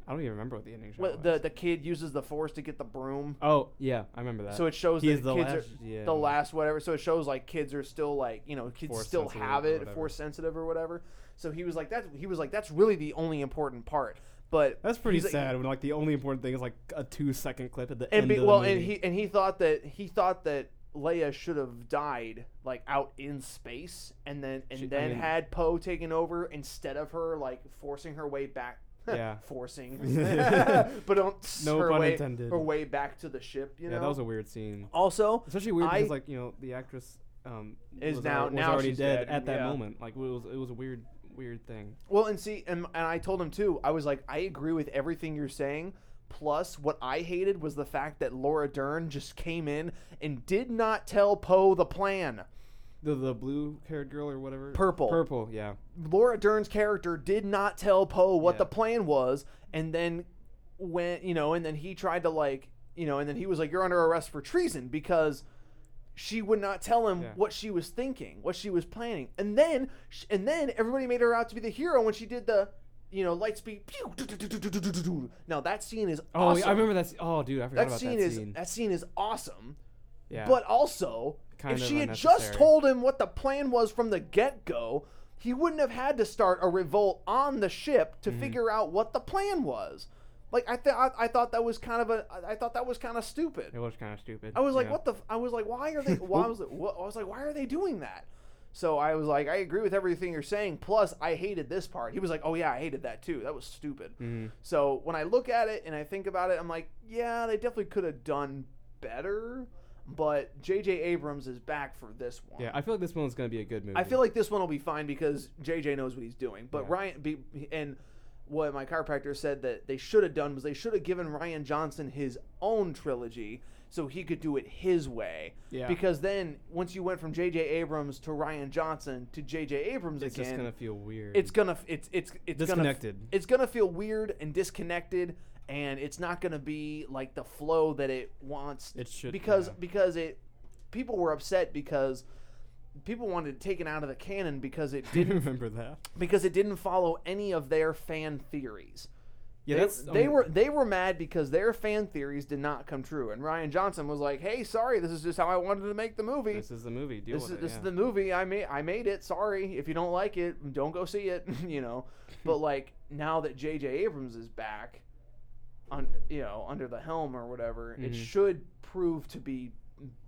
[SPEAKER 2] I don't even remember what the ending shot
[SPEAKER 1] What
[SPEAKER 2] was.
[SPEAKER 1] the the kid uses the force to get the broom,
[SPEAKER 2] oh yeah, I remember that.
[SPEAKER 1] so it shows that
[SPEAKER 2] He's the
[SPEAKER 1] kids
[SPEAKER 2] last-
[SPEAKER 1] are
[SPEAKER 2] yeah.
[SPEAKER 1] the last whatever. So it shows like kids are still like you know kids
[SPEAKER 2] Force
[SPEAKER 1] still
[SPEAKER 2] sensitive
[SPEAKER 1] have
[SPEAKER 2] or
[SPEAKER 1] it,
[SPEAKER 2] whatever.
[SPEAKER 1] force sensitive or whatever. So he was like that. He was like that's really the only important part. But
[SPEAKER 2] that's pretty
[SPEAKER 1] he's like-
[SPEAKER 2] sad. when like the only important thing is like a two second clip at the
[SPEAKER 1] and
[SPEAKER 2] end.
[SPEAKER 1] be,
[SPEAKER 2] of the
[SPEAKER 1] well,
[SPEAKER 2] movie.
[SPEAKER 1] and he and he thought that he thought that Leia should have died like out in space, and then and
[SPEAKER 2] She- I
[SPEAKER 1] then
[SPEAKER 2] mean-
[SPEAKER 1] had Poe taken over instead of her, like forcing her way back.
[SPEAKER 2] Yeah.
[SPEAKER 1] forcing, but on
[SPEAKER 2] No
[SPEAKER 1] her
[SPEAKER 2] pun
[SPEAKER 1] way,
[SPEAKER 2] intended.
[SPEAKER 1] Her way back to the ship, you
[SPEAKER 2] yeah,
[SPEAKER 1] know.
[SPEAKER 2] that was a weird scene.
[SPEAKER 1] also,
[SPEAKER 2] Especially weird
[SPEAKER 1] I-
[SPEAKER 2] because like you know the actress um
[SPEAKER 1] Is
[SPEAKER 2] was
[SPEAKER 1] now-
[SPEAKER 2] al- was
[SPEAKER 1] now
[SPEAKER 2] already
[SPEAKER 1] she's
[SPEAKER 2] dead,
[SPEAKER 1] dead,
[SPEAKER 2] at that
[SPEAKER 1] yeah.
[SPEAKER 2] moment. Like it was it was a weird weird thing.
[SPEAKER 1] Well, and see, and, and I told him too. I was like, I agree with everything you're saying. Plus, what I hated was the fact that Laura Dern just came in and did not tell Poe the plan.
[SPEAKER 2] The the blue haired girl or whatever.
[SPEAKER 1] Purple.
[SPEAKER 2] Purple. Yeah.
[SPEAKER 1] Laura Dern's character did not tell Poe what
[SPEAKER 2] Yeah.
[SPEAKER 1] the plan was, and then when you know, and then he tried to like you know, and then he was like, "You're under arrest for treason" because she would not tell him
[SPEAKER 2] Yeah.
[SPEAKER 1] what she was thinking, what she was planning, and then sh- and then everybody made her out to be the hero when she did the you know, light speed. Pew, do, do, do, do, do, do, do, do. Now that scene is
[SPEAKER 2] Oh,
[SPEAKER 1] awesome.
[SPEAKER 2] yeah, I remember that. sce- Oh, dude, I forgot
[SPEAKER 1] that
[SPEAKER 2] about
[SPEAKER 1] scene
[SPEAKER 2] that
[SPEAKER 1] is
[SPEAKER 2] scene.
[SPEAKER 1] that scene is awesome.
[SPEAKER 2] yeah.
[SPEAKER 1] But also,
[SPEAKER 2] Kind
[SPEAKER 1] if
[SPEAKER 2] of
[SPEAKER 1] she had just
[SPEAKER 2] unnecessary.
[SPEAKER 1] told him what the plan was from the get go, he wouldn't have had to start a revolt on the ship
[SPEAKER 2] Mm-hmm.
[SPEAKER 1] to figure out what the plan was. Like I, th- I, I thought that was kind of a, I- I thought that was kind of stupid.
[SPEAKER 2] it was kind of stupid.
[SPEAKER 1] I was like,
[SPEAKER 2] yeah.
[SPEAKER 1] what the? F-? I was like, why are they? Why I was what? I was like, why are they doing that? So I was like, I agree with everything you're saying. Plus, I hated this part. He was like, oh yeah, I hated that too. That was stupid.
[SPEAKER 2] Mhm.
[SPEAKER 1] So when I look at it and I think about it, I'm like, yeah, they definitely could have done better. But J.J. Abrams is back for this one.
[SPEAKER 2] Yeah, I feel like this one's gonna be a good movie.
[SPEAKER 1] I feel like this one will be fine because JJ knows what he's doing. But
[SPEAKER 2] Yeah.
[SPEAKER 1] Ryan be, and what my chiropractor said that they should have done was they should have given Ryan Johnson his own trilogy so he could do it his way.
[SPEAKER 2] Yeah.
[SPEAKER 1] Because then once you went from JJ Abrams to Ryan Johnson to JJ Abrams
[SPEAKER 2] it's
[SPEAKER 1] again,
[SPEAKER 2] just gonna feel weird.
[SPEAKER 1] it's gonna it's it's it's
[SPEAKER 2] disconnected.
[SPEAKER 1] Gonna, it's gonna feel weird and disconnected, and it's not gonna be like the flow that it wants.
[SPEAKER 2] It should-
[SPEAKER 1] because
[SPEAKER 2] yeah.
[SPEAKER 1] because it people were upset because people wanted it taken out of the canon because it
[SPEAKER 2] I didn't
[SPEAKER 1] didn't
[SPEAKER 2] remember that.
[SPEAKER 1] because it didn't follow any of their fan theories.
[SPEAKER 2] Yeah,
[SPEAKER 1] they,
[SPEAKER 2] that's oh, I
[SPEAKER 1] they
[SPEAKER 2] mean,
[SPEAKER 1] were they were mad because their fan theories did not come true, and Ryan Johnson was like, "Hey, sorry, this is just how I wanted to make the movie.
[SPEAKER 2] This is the movie. Deal
[SPEAKER 1] This
[SPEAKER 2] with
[SPEAKER 1] is
[SPEAKER 2] it.
[SPEAKER 1] this
[SPEAKER 2] yeah.
[SPEAKER 1] is the movie I made. I made it. Sorry if you don't like it, don't go see it. you know, but like now that J.J. Abrams is back, on you know under the helm or whatever, it
[SPEAKER 2] Mhm.
[SPEAKER 1] should prove to be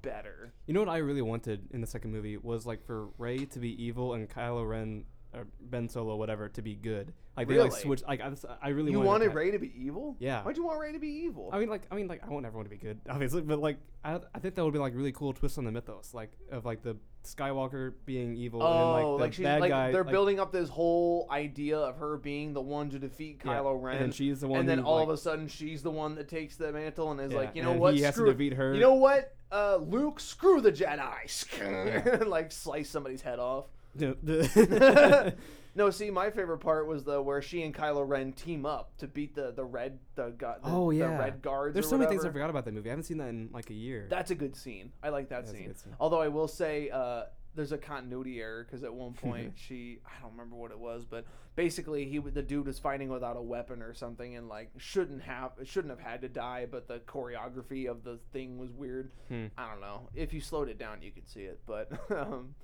[SPEAKER 1] better.
[SPEAKER 2] You know what I really wanted in the second movie was like for Ray to be evil and Kylo Ren or Ben Solo whatever to be good. Like they like
[SPEAKER 1] Really?
[SPEAKER 2] switched. Like I, was- I really
[SPEAKER 1] you
[SPEAKER 2] wanted,
[SPEAKER 1] wanted
[SPEAKER 2] that.
[SPEAKER 1] Ray to be evil?
[SPEAKER 2] Yeah.
[SPEAKER 1] Why'd you want Ray to be evil?
[SPEAKER 2] I mean, like I mean, like I want everyone to be good, obviously, but like I, I think that would be like really cool twist on the mythos, like of like the Skywalker being evil and then,
[SPEAKER 1] oh,
[SPEAKER 2] like the
[SPEAKER 1] like, she's
[SPEAKER 2] bad
[SPEAKER 1] like
[SPEAKER 2] guy.
[SPEAKER 1] they're
[SPEAKER 2] like,
[SPEAKER 1] building up this whole idea of her being the one to defeat
[SPEAKER 2] yeah,
[SPEAKER 1] Kylo Ren.
[SPEAKER 2] and then she's the one.
[SPEAKER 1] and then
[SPEAKER 2] who,
[SPEAKER 1] all
[SPEAKER 2] like,
[SPEAKER 1] of a sudden she's the one that takes the mantle and is
[SPEAKER 2] Yeah,
[SPEAKER 1] like, you
[SPEAKER 2] and
[SPEAKER 1] know
[SPEAKER 2] then
[SPEAKER 1] what?
[SPEAKER 2] he has to
[SPEAKER 1] screw,
[SPEAKER 2] defeat her.
[SPEAKER 1] You know what? Uh, Luke, screw the Jedi, and like slice somebody's head off. no, see, my favorite part was the where she and Kylo Ren team up to beat the the red the, gu- the
[SPEAKER 2] Oh,
[SPEAKER 1] the
[SPEAKER 2] yeah.
[SPEAKER 1] red guards.
[SPEAKER 2] There's
[SPEAKER 1] or
[SPEAKER 2] so many things I
[SPEAKER 1] whatever.
[SPEAKER 2] forgot about that movie. I haven't seen that in like a year.
[SPEAKER 1] That's a good scene. I like that
[SPEAKER 2] That's a
[SPEAKER 1] scene.
[SPEAKER 2] good scene.
[SPEAKER 1] Although I will say, uh, there's a continuity error because at one point she, I don't remember what it was, but basically he, w- the dude was fighting without a weapon or something, and like shouldn't have, shouldn't have had to die, but the choreography of the thing was weird.
[SPEAKER 2] Hmm.
[SPEAKER 1] I don't know. If you slowed it down, you could see it, but um,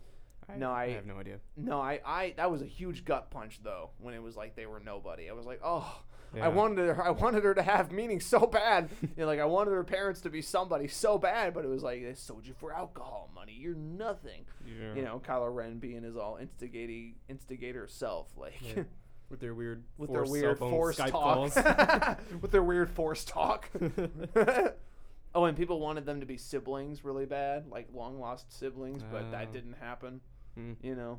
[SPEAKER 1] no,
[SPEAKER 2] I
[SPEAKER 1] I-
[SPEAKER 2] have no idea.
[SPEAKER 1] no, I, I, that was a huge gut punch though when it was like they were nobody. I was like, oh.
[SPEAKER 2] Yeah.
[SPEAKER 1] I wanted her. I wanted her to have meaning so bad. You know, like I wanted her parents to be somebody so bad, but it was like they sold you for alcohol money. You're nothing.
[SPEAKER 2] Yeah.
[SPEAKER 1] You know, Kylo Ren being his all instigating instigator self, like
[SPEAKER 2] Yeah. with their weird
[SPEAKER 1] with their
[SPEAKER 2] forced
[SPEAKER 1] weird
[SPEAKER 2] cell phone
[SPEAKER 1] forced
[SPEAKER 2] Skype
[SPEAKER 1] talk.
[SPEAKER 2] calls.
[SPEAKER 1] with their weird forced talk. oh, and people wanted them to be siblings really bad, like long lost siblings, but that
[SPEAKER 2] Oh.
[SPEAKER 1] didn't happen.
[SPEAKER 2] Hmm.
[SPEAKER 1] You know,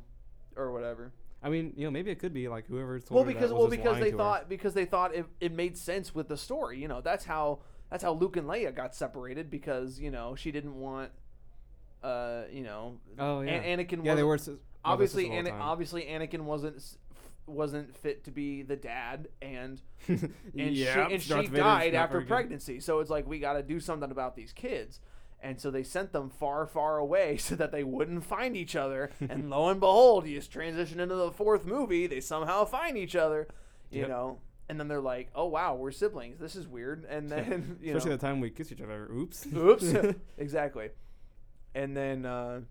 [SPEAKER 1] or whatever.
[SPEAKER 2] I mean, you know, maybe it could be like whoever told
[SPEAKER 1] well
[SPEAKER 2] her that
[SPEAKER 1] because
[SPEAKER 2] was
[SPEAKER 1] well
[SPEAKER 2] just
[SPEAKER 1] because
[SPEAKER 2] lying
[SPEAKER 1] they
[SPEAKER 2] to her.
[SPEAKER 1] thought because they thought it, it made sense with the story you know that's how that's how luke and leia got separated because you know she didn't want uh you know
[SPEAKER 2] Oh yeah.
[SPEAKER 1] An- anakin
[SPEAKER 2] yeah, they
[SPEAKER 1] wasn't-
[SPEAKER 2] were sis- brothers
[SPEAKER 1] obviously Ana-
[SPEAKER 2] sisters all the time.
[SPEAKER 1] obviously anakin wasn't s- wasn't fit to be the dad and and
[SPEAKER 2] yeah,
[SPEAKER 1] she, and
[SPEAKER 2] Darth
[SPEAKER 1] she
[SPEAKER 2] Vader's
[SPEAKER 1] died
[SPEAKER 2] not
[SPEAKER 1] after
[SPEAKER 2] very good.
[SPEAKER 1] pregnancy. So it's like we got to do something about these kids. And so they sent them far, far away so that they wouldn't find each other. And lo and behold, you just transition into the fourth movie. They somehow find each other, you
[SPEAKER 2] Yep.
[SPEAKER 1] know. And then they're like, "Oh wow, we're siblings. This is weird." And then you
[SPEAKER 2] Especially
[SPEAKER 1] know,
[SPEAKER 2] the time we kiss each other. Oops.
[SPEAKER 1] oops, exactly. And then uh,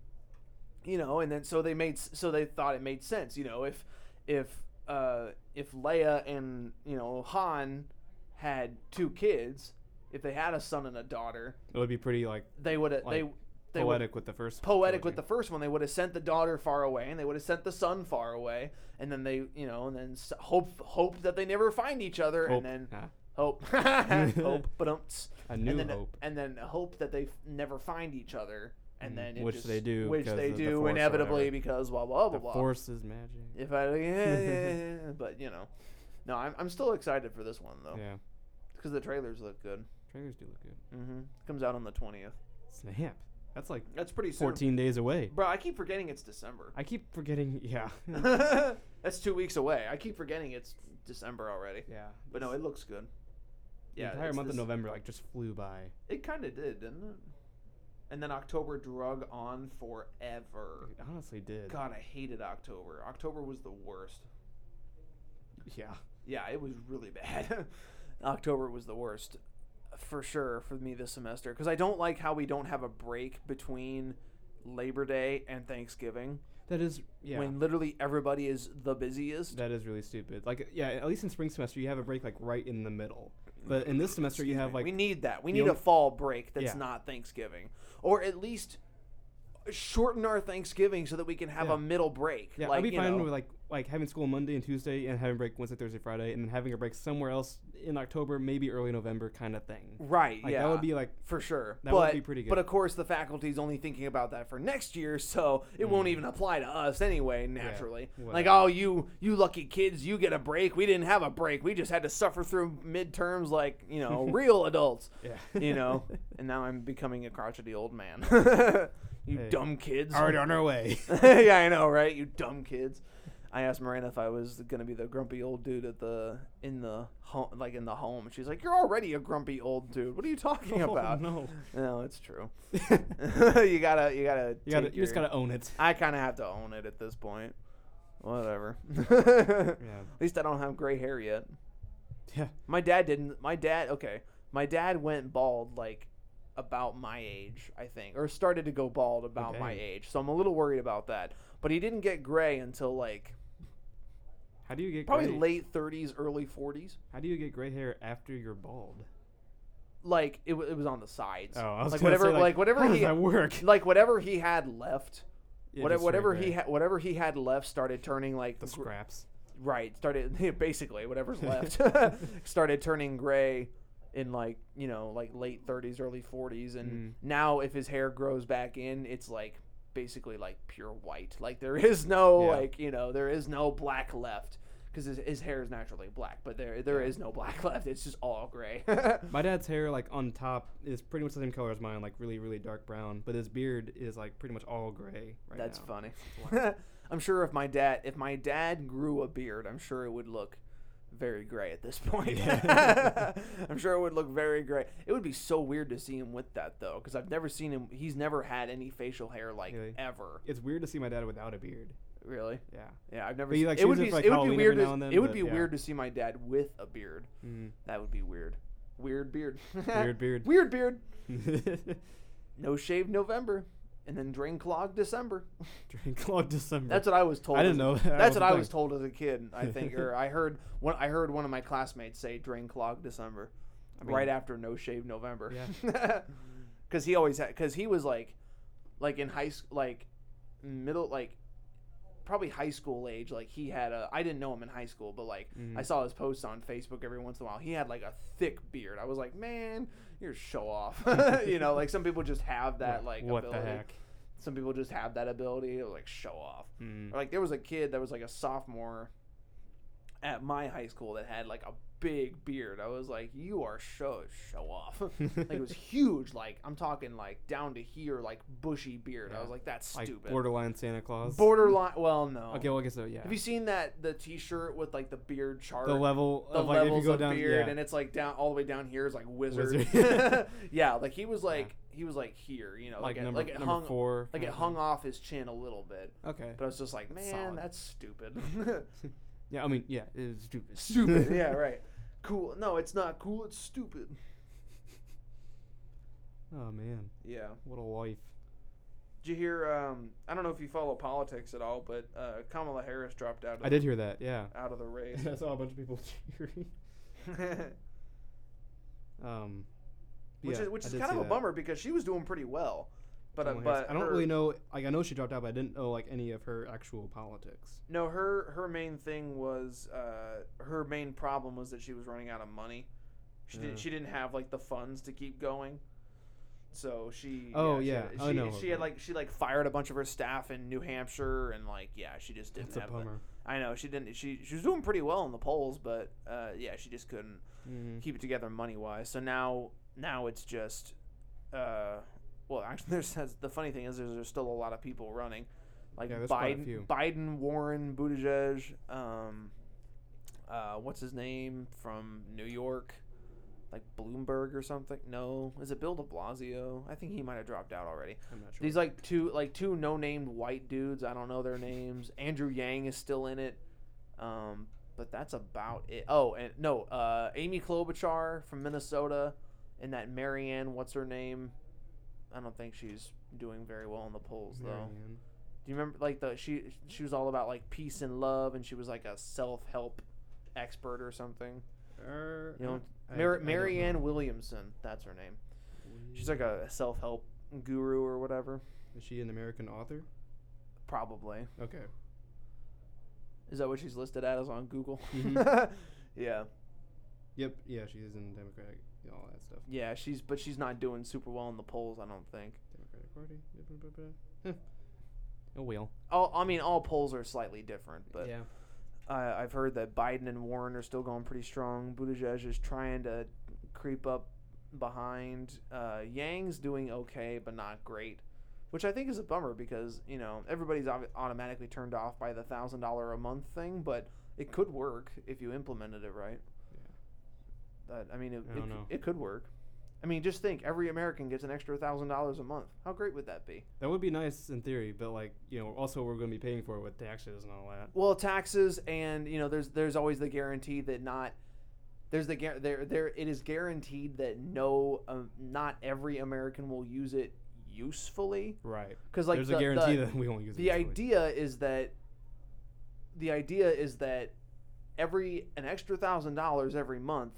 [SPEAKER 1] you know, and then so they made s- so they thought it made sense. You know, if if uh, if Leia and you know Han had two kids, if they had a son and a daughter,
[SPEAKER 2] it would be pretty like
[SPEAKER 1] they would have they
[SPEAKER 2] Like,
[SPEAKER 1] they
[SPEAKER 2] poetic with the first.
[SPEAKER 1] poetic with the first one. They would have sent the daughter far away, and they would have sent the son far away, and then they, you know, and then s- hope hope that they never find each other,
[SPEAKER 2] Hope.
[SPEAKER 1] and then
[SPEAKER 2] Ah,
[SPEAKER 1] hope hope, but
[SPEAKER 2] a new
[SPEAKER 1] and then,
[SPEAKER 2] hope.
[SPEAKER 1] and then hope that they f- never find each other, and
[SPEAKER 2] Mm,
[SPEAKER 1] then it
[SPEAKER 2] which
[SPEAKER 1] just-
[SPEAKER 2] they do
[SPEAKER 1] which
[SPEAKER 2] because
[SPEAKER 1] they
[SPEAKER 2] of the
[SPEAKER 1] do
[SPEAKER 2] Force or
[SPEAKER 1] inevitably
[SPEAKER 2] whatever.
[SPEAKER 1] because blah blah blah
[SPEAKER 2] the
[SPEAKER 1] blah.
[SPEAKER 2] force is magic.
[SPEAKER 1] If I, yeah, yeah, yeah, but you know, no, I'm I'm still excited for this one though
[SPEAKER 2] Yeah.
[SPEAKER 1] because the trailers look good.
[SPEAKER 2] Trailers do look good.
[SPEAKER 1] hmm Comes out on the twentieth.
[SPEAKER 2] Snap. That's like
[SPEAKER 1] That's pretty soon,
[SPEAKER 2] 14 days away.
[SPEAKER 1] bro. I keep forgetting it's December.
[SPEAKER 2] I keep forgetting. Yeah. Hmm.
[SPEAKER 1] That's two weeks away. I keep forgetting it's December already.
[SPEAKER 2] yeah.
[SPEAKER 1] But no, it looks good.
[SPEAKER 2] The
[SPEAKER 1] Yeah,
[SPEAKER 2] entire
[SPEAKER 1] it's
[SPEAKER 2] month of
[SPEAKER 1] this-
[SPEAKER 2] November like just flew by.
[SPEAKER 1] It kind of did, didn't it? And then October drug on forever.
[SPEAKER 2] It honestly did.
[SPEAKER 1] God, I hated October. October was the worst.
[SPEAKER 2] Yeah.
[SPEAKER 1] Yeah, it was really bad. October was the worst for sure for me this semester because I don't like how we don't have a break between Labor Day and Thanksgiving
[SPEAKER 2] That is yeah.
[SPEAKER 1] when literally everybody is the busiest.
[SPEAKER 2] that is really stupid. Like yeah, at least in spring semester you have a break like right in the middle. But in this semester you
[SPEAKER 1] Excuse
[SPEAKER 2] have
[SPEAKER 1] me. we
[SPEAKER 2] like
[SPEAKER 1] need that. We
[SPEAKER 2] the
[SPEAKER 1] need a
[SPEAKER 2] only-
[SPEAKER 1] fall break that's
[SPEAKER 2] Yeah.
[SPEAKER 1] not Thanksgiving, or at least shorten our Thanksgiving so that we can have
[SPEAKER 2] Yeah.
[SPEAKER 1] a middle break.
[SPEAKER 2] yeah,
[SPEAKER 1] like,
[SPEAKER 2] I'd be
[SPEAKER 1] you
[SPEAKER 2] fine
[SPEAKER 1] know,
[SPEAKER 2] with like like having school Monday and Tuesday and having break Wednesday, Thursday, Friday, and then having a break somewhere else in October, maybe early November kind of thing.
[SPEAKER 1] right.
[SPEAKER 2] Like
[SPEAKER 1] yeah,
[SPEAKER 2] that would be like
[SPEAKER 1] for sure.
[SPEAKER 2] that would
[SPEAKER 1] but,
[SPEAKER 2] be pretty
[SPEAKER 1] But
[SPEAKER 2] good.
[SPEAKER 1] of course, the faculty's only thinking about that for next year, so it
[SPEAKER 2] Mm-hmm.
[SPEAKER 1] won't even apply to us anyway. Naturally, like
[SPEAKER 2] whatever.
[SPEAKER 1] oh, you you lucky kids, you get a break. We didn't have a break. We just had to suffer through midterms like you know real adults.
[SPEAKER 2] yeah.
[SPEAKER 1] You know, and now I'm becoming a crotchety old man. you
[SPEAKER 2] Hey.
[SPEAKER 1] dumb kids.
[SPEAKER 2] already on our way.
[SPEAKER 1] yeah, I know, right? You dumb kids. I asked Miranda if I was gonna be the grumpy old dude at the in the home, like in the home. She's like, "You're already a grumpy old dude. What are you talking
[SPEAKER 2] Oh,
[SPEAKER 1] about?"
[SPEAKER 2] no.
[SPEAKER 1] No, it's true.
[SPEAKER 2] you
[SPEAKER 1] you gotta, you gotta,
[SPEAKER 2] got to
[SPEAKER 1] take
[SPEAKER 2] you just
[SPEAKER 1] your-
[SPEAKER 2] gotta own it.
[SPEAKER 1] I kind of have to own it at this point. Whatever. at
[SPEAKER 2] Yeah.
[SPEAKER 1] least I don't have gray hair yet.
[SPEAKER 2] Yeah.
[SPEAKER 1] My dad didn't. My dad, okay. My dad went bald like about my age, I think, or started to go bald about my
[SPEAKER 2] Okay.
[SPEAKER 1] age. So I'm a little worried about that. But he didn't get gray until like
[SPEAKER 2] How do you get
[SPEAKER 1] probably
[SPEAKER 2] gray?
[SPEAKER 1] late 30s, early 40s.
[SPEAKER 2] How do you get gray hair after you're bald?
[SPEAKER 1] Like it, w- it was on the sides.
[SPEAKER 2] Oh, I was
[SPEAKER 1] like
[SPEAKER 2] gonna
[SPEAKER 1] whatever,
[SPEAKER 2] say,
[SPEAKER 1] like,
[SPEAKER 2] how
[SPEAKER 1] whatever
[SPEAKER 2] does
[SPEAKER 1] he,
[SPEAKER 2] that work?
[SPEAKER 1] like whatever he had left.
[SPEAKER 2] Yeah,
[SPEAKER 1] Whatever,
[SPEAKER 2] just straight
[SPEAKER 1] whatever he
[SPEAKER 2] gray.
[SPEAKER 1] had, whatever he had left started turning like
[SPEAKER 2] the
[SPEAKER 1] gr-
[SPEAKER 2] scraps.
[SPEAKER 1] right started basically whatever's left started turning gray in like you know like late 30s early 40s and
[SPEAKER 2] Mm.
[SPEAKER 1] now if his hair grows back in it's like basically like pure white like there is no
[SPEAKER 2] Yeah.
[SPEAKER 1] like you know there is no black left because his, his hair is naturally black but there there is no black left it's just all gray
[SPEAKER 2] My dad's hair, like on top, is pretty much the same color as mine, like really, really dark brown. But his beard is like pretty much all gray right
[SPEAKER 1] that's
[SPEAKER 2] now.
[SPEAKER 1] funny i'm sure if my dad if my dad grew a beard i'm sure it would look very gray at this point
[SPEAKER 2] Yeah.
[SPEAKER 1] i'm sure it would look very gray it would be so weird to see him with that though because i've never seen him he's never had any facial hair like
[SPEAKER 2] Really?
[SPEAKER 1] ever
[SPEAKER 2] It's weird to see my dad without a beard.
[SPEAKER 1] really
[SPEAKER 2] Yeah.
[SPEAKER 1] yeah i've never
[SPEAKER 2] But he,
[SPEAKER 1] seen
[SPEAKER 2] like,
[SPEAKER 1] it would
[SPEAKER 2] shaves it
[SPEAKER 1] be it
[SPEAKER 2] for, like,
[SPEAKER 1] would be
[SPEAKER 2] Halloween
[SPEAKER 1] weird
[SPEAKER 2] every
[SPEAKER 1] to,
[SPEAKER 2] now and then,
[SPEAKER 1] it would
[SPEAKER 2] but
[SPEAKER 1] be
[SPEAKER 2] yeah.
[SPEAKER 1] weird to see my dad with a beard
[SPEAKER 2] Mm.
[SPEAKER 1] that would be weird weird beard
[SPEAKER 2] Weird beard.
[SPEAKER 1] weird beard
[SPEAKER 2] Drink
[SPEAKER 1] no shave november and then drain clog december
[SPEAKER 2] all of December.
[SPEAKER 1] That's what I was told.
[SPEAKER 2] I
[SPEAKER 1] as-
[SPEAKER 2] didn't know. That
[SPEAKER 1] That's
[SPEAKER 2] was
[SPEAKER 1] what
[SPEAKER 2] a
[SPEAKER 1] I
[SPEAKER 2] thing.
[SPEAKER 1] was told as a kid. I think, or I heard one. I heard one of my classmates say "drain clog December,"
[SPEAKER 2] I mean-
[SPEAKER 1] right after no shave November. because he always had. Because he was like, like in high school, like middle, like probably high school age. Like he had a. I didn't know him in high school, but like
[SPEAKER 2] Mhm.
[SPEAKER 1] I saw his posts on Facebook every once in a while. He had like a thick beard. I was like, man, you're show off. you know, like some people just have that.
[SPEAKER 2] What-
[SPEAKER 1] Like
[SPEAKER 2] what
[SPEAKER 1] ability.
[SPEAKER 2] the heck?
[SPEAKER 1] Some people just have that ability to like show off.
[SPEAKER 2] Mm.
[SPEAKER 1] Or, Like there was a kid that was like a sophomore at my high school that had like a big beard. I was like, "You are show show off." like it was huge. Like I'm talking like down to here, like bushy beard. I
[SPEAKER 2] Yeah.
[SPEAKER 1] was like, "That's
[SPEAKER 2] Like
[SPEAKER 1] stupid."
[SPEAKER 2] borderline Santa Claus.
[SPEAKER 1] Borderline. Well, no.
[SPEAKER 2] okay, well I guess so. Yeah.
[SPEAKER 1] Have you seen that the T-shirt with like the beard chart?
[SPEAKER 2] the level
[SPEAKER 1] the
[SPEAKER 2] of like if
[SPEAKER 1] levels
[SPEAKER 2] you go
[SPEAKER 1] of
[SPEAKER 2] down.
[SPEAKER 1] beard,
[SPEAKER 2] yeah.
[SPEAKER 1] and it's like down all the way down here is like wizard.
[SPEAKER 2] Wizard.
[SPEAKER 1] yeah, like he was like he was like here, you know, like,
[SPEAKER 2] like,
[SPEAKER 1] it,
[SPEAKER 2] number
[SPEAKER 1] like it
[SPEAKER 2] number
[SPEAKER 1] hung
[SPEAKER 2] four. Mm-hmm.
[SPEAKER 1] like it
[SPEAKER 2] kinda
[SPEAKER 1] hung
[SPEAKER 2] thing.
[SPEAKER 1] off his chin a little bit.
[SPEAKER 2] Okay.
[SPEAKER 1] But I was just like, man,
[SPEAKER 2] Solid.
[SPEAKER 1] that's stupid.
[SPEAKER 2] Yeah, I mean, yeah, it's stupid.
[SPEAKER 1] stupid. yeah, right. Cool. No, it's not cool. It's stupid.
[SPEAKER 2] Oh man,
[SPEAKER 1] Yeah.
[SPEAKER 2] what a life.
[SPEAKER 1] Did you hear? Um, I don't know if you follow politics at all, but uh, Kamala Harris dropped out. Of
[SPEAKER 2] I did hear that. Yeah.
[SPEAKER 1] Out of the race.
[SPEAKER 2] I saw a bunch of people cheering. Um,
[SPEAKER 1] which
[SPEAKER 2] yeah,
[SPEAKER 1] is which
[SPEAKER 2] I
[SPEAKER 1] is
[SPEAKER 2] did
[SPEAKER 1] kind
[SPEAKER 2] see
[SPEAKER 1] of a
[SPEAKER 2] that.
[SPEAKER 1] bummer because she was doing pretty well, but uh,
[SPEAKER 2] Kamala Harris.
[SPEAKER 1] but
[SPEAKER 2] I don't
[SPEAKER 1] her-
[SPEAKER 2] really know. Like, I know she dropped out, but I didn't know like any of her actual politics.
[SPEAKER 1] No, her her main thing was uh, her main problem was that she was running out of money. She
[SPEAKER 2] Yeah.
[SPEAKER 1] didn't she didn't have like the funds to keep going. So she
[SPEAKER 2] Oh,
[SPEAKER 1] she
[SPEAKER 2] yeah.
[SPEAKER 1] had-
[SPEAKER 2] I
[SPEAKER 1] she,
[SPEAKER 2] know
[SPEAKER 1] she
[SPEAKER 2] her.
[SPEAKER 1] had like she like fired a bunch of her staff in New Hampshire and like yeah she just didn't
[SPEAKER 2] That's a
[SPEAKER 1] have the-
[SPEAKER 2] bummer.
[SPEAKER 1] I know she didn't she she was doing pretty well in the polls but uh, yeah she just couldn't
[SPEAKER 2] Mm.
[SPEAKER 1] keep it together money wise. So now now it's just uh, well actually there's that's, the funny thing is there's, there's still a lot of people running like
[SPEAKER 2] Yeah, there's quite a
[SPEAKER 1] Biden
[SPEAKER 2] few.
[SPEAKER 1] Biden Warren Buttigieg um, uh, what's his name from New York like Bloomberg or something no is it Bill De Blasio I think he might have dropped out already
[SPEAKER 2] I'm not sure.
[SPEAKER 1] these like two like two no named white dudes. I don't know their names. Andrew Yang is still in it. Um, but that's about it. Oh, and no, uh, Amy Klobuchar from Minnesota, and that Marianne, what's her name? I don't think she's doing very well in the polls though.
[SPEAKER 2] Marianne.
[SPEAKER 1] Do you remember like the she she was all about like peace and love, and she was like a self help expert or something.
[SPEAKER 2] Er,
[SPEAKER 1] You know,
[SPEAKER 2] I- I
[SPEAKER 1] Mar-
[SPEAKER 2] don't
[SPEAKER 1] Marianne
[SPEAKER 2] know.
[SPEAKER 1] Williamson, that's her name. She's like a self help guru or whatever.
[SPEAKER 2] Is she an American author?
[SPEAKER 1] Probably.
[SPEAKER 2] Okay.
[SPEAKER 1] Is that what she's listed as on Google? Mm-hmm.
[SPEAKER 2] Mhm.
[SPEAKER 1] yeah,
[SPEAKER 2] Yep. Yeah, she is in Democratic. All that stuff.
[SPEAKER 1] yeah. She's but she's not doing super well in the polls. I don't think.
[SPEAKER 2] Democratic Party. Blah, blah, blah, blah. Huh. Oh well.
[SPEAKER 1] All I mean, all polls are slightly different, but
[SPEAKER 2] yeah.
[SPEAKER 1] I, I've heard that Biden and Warren are still going pretty strong. Buttigieg is trying to creep up behind. Uh, Yang's doing okay, but not great, which I think is a bummer because you know everybody's au- automatically turned off by the thousand dollar a month thing, but it could work if you implemented it right. That I mean, it,
[SPEAKER 2] I
[SPEAKER 1] it,
[SPEAKER 2] don't
[SPEAKER 1] c-
[SPEAKER 2] know.
[SPEAKER 1] it could work. I mean, just think every American gets an extra thousand dollars a month. How great would that be?
[SPEAKER 2] That would be nice in theory, but like you know, also we're going to be paying for it with taxes and all that.
[SPEAKER 1] Well, taxes and you know, there's there's always the guarantee that not there's the guar- there there it is guaranteed that no um, not every American will use it usefully
[SPEAKER 2] Right.
[SPEAKER 1] because like
[SPEAKER 2] There's
[SPEAKER 1] the,
[SPEAKER 2] a guarantee
[SPEAKER 1] the,
[SPEAKER 2] that we won't use it.
[SPEAKER 1] the idea is that the idea is that every an extra thousand dollars every month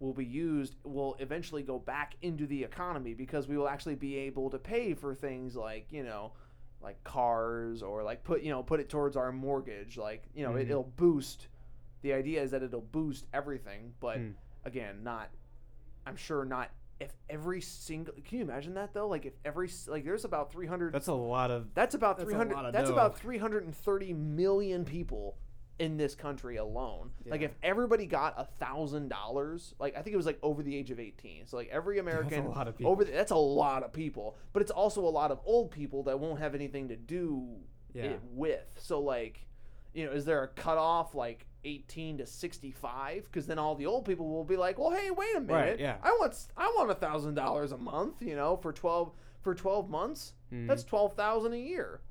[SPEAKER 1] will be used will eventually go back into the economy because we will actually be able to pay for things like you know like cars or like put you know put it towards our mortgage like you know
[SPEAKER 2] Mhm.
[SPEAKER 1] it, it'll boost the idea is that it'll boost everything but
[SPEAKER 2] Hmm.
[SPEAKER 1] again not i'm sure not if every single can you imagine that though like if every s- like there's about 300
[SPEAKER 2] That's a lot of.
[SPEAKER 1] that's about
[SPEAKER 2] That's a
[SPEAKER 1] three hundred.
[SPEAKER 2] lot of
[SPEAKER 1] That's
[SPEAKER 2] dough.
[SPEAKER 1] about three hundred and thirty million people in this country alone. Like
[SPEAKER 2] Yeah.
[SPEAKER 1] if everybody got a thousand dollars, like I think it was like over the age of eighteen. So like every American
[SPEAKER 2] lot of
[SPEAKER 1] over the, that's a lot of people, but it's also a lot of old people that won't have anything to do
[SPEAKER 2] Yeah.
[SPEAKER 1] it with. So like, you know, is there a cutoff like? 18 to 65 because then all the old people will be like well hey wait a minute
[SPEAKER 2] yeah.
[SPEAKER 1] i want s- i want a thousand dollars a month you know for 12 for 12 months
[SPEAKER 2] Mhm.
[SPEAKER 1] that's 12,000 a year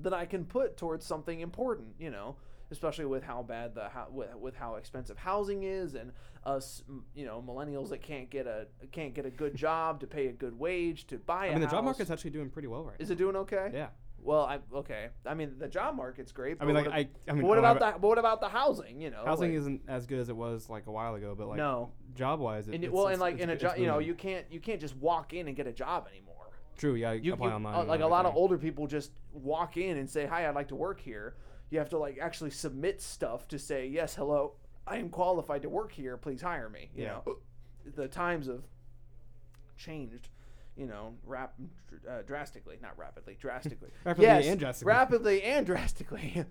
[SPEAKER 1] that I can put towards something important, you know, especially with how bad the how, with, with how expensive housing is and us m- you know millennials that can't get a can't get a good job to pay a good wage to buy
[SPEAKER 2] I
[SPEAKER 1] a
[SPEAKER 2] mean, the
[SPEAKER 1] house.
[SPEAKER 2] job market's actually doing pretty well right.
[SPEAKER 1] is it doing okay?
[SPEAKER 2] now. Yeah.
[SPEAKER 1] Well, I okay. I mean, the job market's great.
[SPEAKER 2] I mean,
[SPEAKER 1] but
[SPEAKER 2] like
[SPEAKER 1] what,
[SPEAKER 2] I. I mean,
[SPEAKER 1] but what
[SPEAKER 2] oh,
[SPEAKER 1] about
[SPEAKER 2] I-
[SPEAKER 1] the but what about the housing? You know,
[SPEAKER 2] Housing
[SPEAKER 1] like-
[SPEAKER 2] isn't as good as it was like a while ago, but like
[SPEAKER 1] No.
[SPEAKER 2] job wise, it,
[SPEAKER 1] and it-
[SPEAKER 2] it's-
[SPEAKER 1] well,
[SPEAKER 2] it's-
[SPEAKER 1] and like
[SPEAKER 2] it's
[SPEAKER 1] in a
[SPEAKER 2] good-
[SPEAKER 1] job,
[SPEAKER 2] it's
[SPEAKER 1] you know,
[SPEAKER 2] booming.
[SPEAKER 1] you can't you can't just walk in and get a job anymore.
[SPEAKER 2] True. Yeah. You,
[SPEAKER 1] you,
[SPEAKER 2] apply
[SPEAKER 1] you-
[SPEAKER 2] online.
[SPEAKER 1] uh,
[SPEAKER 2] and
[SPEAKER 1] like a lot of
[SPEAKER 2] everything.
[SPEAKER 1] older people just walk in and say hi i'd like to work here you have to like actually submit stuff to say yes hello i am qualified to work here please hire me you
[SPEAKER 2] Yeah.
[SPEAKER 1] know the times have changed you know rap dr- uh, drastically not rapidly drastically
[SPEAKER 2] Rapidly
[SPEAKER 1] Yes,
[SPEAKER 2] and drastically.
[SPEAKER 1] rapidly and drastically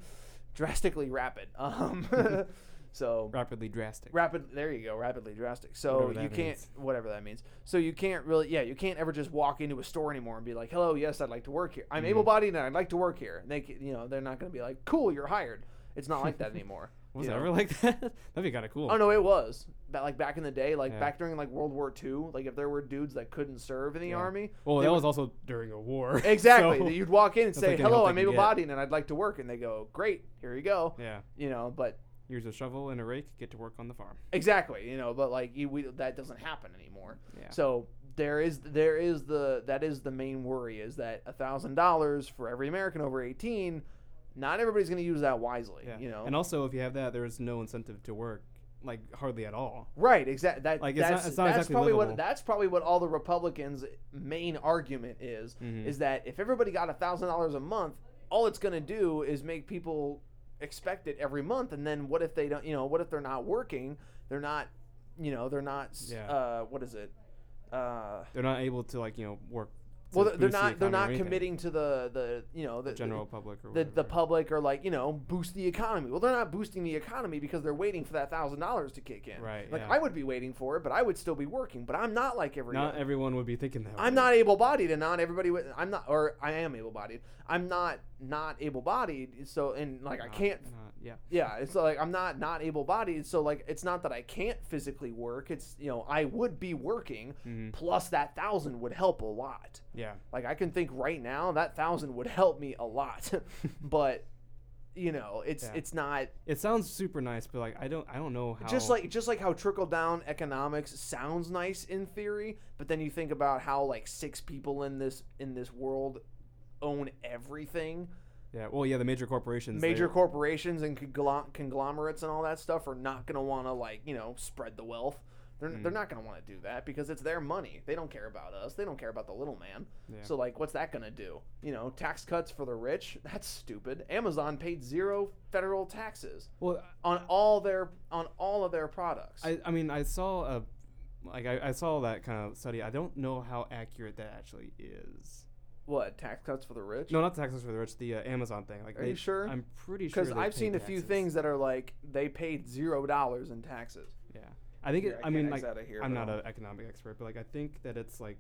[SPEAKER 1] drastically rapid um so
[SPEAKER 2] rapidly drastic.
[SPEAKER 1] rapid there you go rapidly drastic so
[SPEAKER 2] Whatever
[SPEAKER 1] you
[SPEAKER 2] that
[SPEAKER 1] can't
[SPEAKER 2] means.
[SPEAKER 1] whatever that means so you can't really yeah you can't ever just walk into a store anymore and be like hello yes i'd like to work here i'm
[SPEAKER 2] Mhm.
[SPEAKER 1] able-bodied and i'd like to work here and they c- you know they're not going to be like cool you're hired it's not like that anymore
[SPEAKER 2] was
[SPEAKER 1] you
[SPEAKER 2] it
[SPEAKER 1] know?
[SPEAKER 2] ever like that? That'd be kind of cool.
[SPEAKER 1] oh no it was but like back in the day like
[SPEAKER 2] Yeah.
[SPEAKER 1] back during like world war ii like if there were dudes that couldn't serve in the
[SPEAKER 2] Yeah.
[SPEAKER 1] army
[SPEAKER 2] Well,
[SPEAKER 1] they
[SPEAKER 2] that
[SPEAKER 1] would-
[SPEAKER 2] was also during a war.
[SPEAKER 1] exactly
[SPEAKER 2] so-
[SPEAKER 1] you'd walk in and
[SPEAKER 2] That's
[SPEAKER 1] say
[SPEAKER 2] like the
[SPEAKER 1] hello
[SPEAKER 2] help I
[SPEAKER 1] i'm
[SPEAKER 2] can get."
[SPEAKER 1] able-bodied and i'd like to work and they go great here you go
[SPEAKER 2] yeah.
[SPEAKER 1] you know but
[SPEAKER 2] Here's a shovel and a rake. Get to work on the farm.
[SPEAKER 1] exactly you know but like you, we, that doesn't happen anymore
[SPEAKER 2] Yeah.
[SPEAKER 1] So there is there is the that is the main worry is that a thousand dollars for every American over eighteen, not everybody's going to use that wisely.
[SPEAKER 2] yeah.
[SPEAKER 1] You know,
[SPEAKER 2] And also, if you have that, there is no incentive to work, like hardly at all.
[SPEAKER 1] right? Exactly. That
[SPEAKER 2] Like, it's not-
[SPEAKER 1] that's,
[SPEAKER 2] it's not
[SPEAKER 1] that's
[SPEAKER 2] exactly
[SPEAKER 1] probably
[SPEAKER 2] livable.
[SPEAKER 1] what that's probably what all the Republicans' main argument is
[SPEAKER 2] Mhm.
[SPEAKER 1] is that if everybody got a thousand dollars a month, all it's going to do is make people expect it every month, and then what if they don't? You know, what if they're not working? They're not, you know, they're not. s-
[SPEAKER 2] Yeah.
[SPEAKER 1] Uh, what is it? Uh,
[SPEAKER 2] They're not able to like you know work. to
[SPEAKER 1] well, they're- they're
[SPEAKER 2] boost the
[SPEAKER 1] not. They're
[SPEAKER 2] economy or
[SPEAKER 1] not
[SPEAKER 2] anything.
[SPEAKER 1] committing to the the you know the
[SPEAKER 2] The general public or
[SPEAKER 1] the,
[SPEAKER 2] whatever.
[SPEAKER 1] the public are like you know boost the economy. Well, they're not boosting the economy because they're waiting for that thousand dollars to kick in.
[SPEAKER 2] Right,
[SPEAKER 1] Like
[SPEAKER 2] yeah.
[SPEAKER 1] I would be waiting for it, but I would still be working. But I'm not like every.
[SPEAKER 2] Not
[SPEAKER 1] other-
[SPEAKER 2] everyone would be thinking that.
[SPEAKER 1] I'm
[SPEAKER 2] way.
[SPEAKER 1] not able-bodied, and not everybody. Would, I'm not, or I am able-bodied. I'm not not able-bodied. So and like I
[SPEAKER 2] Not-
[SPEAKER 1] can't.
[SPEAKER 2] not- yeah.
[SPEAKER 1] Yeah, it's like I'm not not able-bodied. So like it's not that I can't physically work. It's you know I would be working.
[SPEAKER 2] Mhm.
[SPEAKER 1] Plus that thousand would help a lot.
[SPEAKER 2] Yeah.
[SPEAKER 1] Like I can think right now that thousand would help me a lot, but you know, it's
[SPEAKER 2] Yeah.
[SPEAKER 1] it's not
[SPEAKER 2] It sounds super nice, but like I don't I don't know how.
[SPEAKER 1] just like just like how trickle down economics sounds nice in theory, but then you think about how like six people in this in this world own everything.
[SPEAKER 2] yeah, well, yeah, the major corporations. they-
[SPEAKER 1] Major corporations and conglom- conglomerates and all that stuff are not going to want to like, you know, spread the wealth. They're,
[SPEAKER 2] Hmm.
[SPEAKER 1] they're not going to want to do that because it's their money. They don't care about us. They don't care about the little man.
[SPEAKER 2] Yeah.
[SPEAKER 1] So like, what's that going to do? You know, tax cuts for the rich? That's stupid. Amazon paid zero federal taxes
[SPEAKER 2] well,
[SPEAKER 1] on all their on all of their products.
[SPEAKER 2] I, I mean, I saw a, like, I, I saw that kind of study. I don't know how accurate that actually is.
[SPEAKER 1] What tax cuts for the rich?
[SPEAKER 2] No, not the taxes for the rich. The uh, Amazon thing. Like,
[SPEAKER 1] Are
[SPEAKER 2] they-
[SPEAKER 1] you sure?
[SPEAKER 2] I'm pretty sure.
[SPEAKER 1] because
[SPEAKER 2] they
[SPEAKER 1] I've
[SPEAKER 2] pay
[SPEAKER 1] seen a few
[SPEAKER 2] taxes.
[SPEAKER 1] things that are like they paid zero dollars in taxes.
[SPEAKER 2] Yeah, I think.
[SPEAKER 1] Here,
[SPEAKER 2] it,
[SPEAKER 1] I
[SPEAKER 2] I mean,
[SPEAKER 1] can't
[SPEAKER 2] like,
[SPEAKER 1] exit outta here,
[SPEAKER 2] I'm
[SPEAKER 1] but
[SPEAKER 2] not
[SPEAKER 1] I'll-
[SPEAKER 2] an economic expert, but like, I think that it's like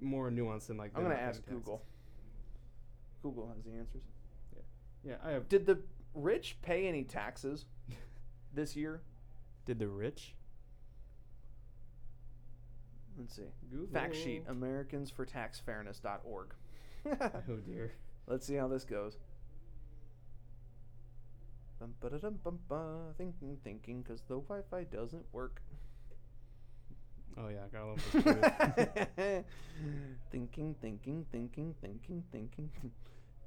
[SPEAKER 2] more nuanced than like.
[SPEAKER 1] I'm
[SPEAKER 2] them
[SPEAKER 1] gonna
[SPEAKER 2] not paying
[SPEAKER 1] ask
[SPEAKER 2] taxes.
[SPEAKER 1] Google. Google has the answers.
[SPEAKER 2] Yeah, I have.
[SPEAKER 1] Did the rich pay any taxes this year?
[SPEAKER 2] Did the rich?
[SPEAKER 1] Let's see.
[SPEAKER 2] Google.
[SPEAKER 1] Fact sheet: AmericansForTaxFairness.org.
[SPEAKER 2] Oh dear.
[SPEAKER 1] Let's see how this goes. Bum, ba-da-dum, bum, ba. Thinking, thinking, because the Wi-Fi doesn't work.
[SPEAKER 2] Oh yeah, I got a little bit of truth.
[SPEAKER 1] thinking, thinking, thinking, thinking, thinking.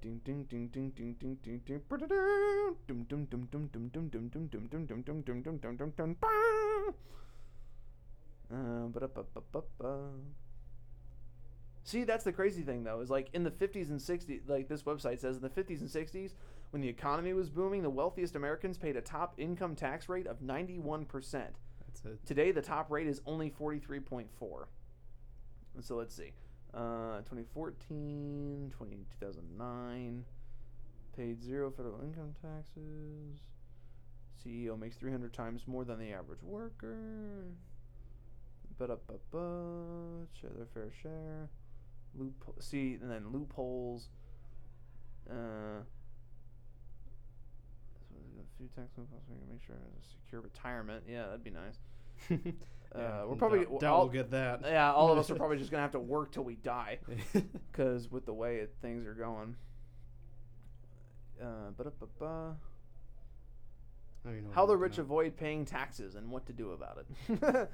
[SPEAKER 1] Ding ding ding ding ding ding ding ding ba-da-dum. Dum, dum, dum, dum, dum, dum, dum, dum, dum, dum, dum, dum, dum, dum, dum, dum, dum, ba. Uh, ba-da-ba-ba-ba-ba. See, that's the crazy thing though, is like in the 50s and 60s, like this website says in the 50s and 60s, when the economy was booming, the wealthiest Americans paid a top income tax rate of 91%.
[SPEAKER 2] That's it.
[SPEAKER 1] Today, the top rate is only 43.4. And So let's see. Uh, 2014, 20, 2009, paid zero federal income taxes. CEO makes 300 times more than the average worker. But up, up, share their fair share. Loophole. See, and then loopholes. Uh, a few tax loopholes. We can make sure it's a secure retirement. Yeah, that'd be nice.
[SPEAKER 2] Yeah,
[SPEAKER 1] Uh, we're probably
[SPEAKER 2] doubt,
[SPEAKER 1] all,
[SPEAKER 2] doubt we'll get that.
[SPEAKER 1] yeah, all of us are probably just gonna have to work till we die,
[SPEAKER 2] yeah,
[SPEAKER 1] because with the way it, things are going. Uh, ba-da-ba-ba.
[SPEAKER 2] I mean,
[SPEAKER 1] How the
[SPEAKER 2] we'll
[SPEAKER 1] rich
[SPEAKER 2] know.
[SPEAKER 1] avoid paying taxes and what to do about it. uh,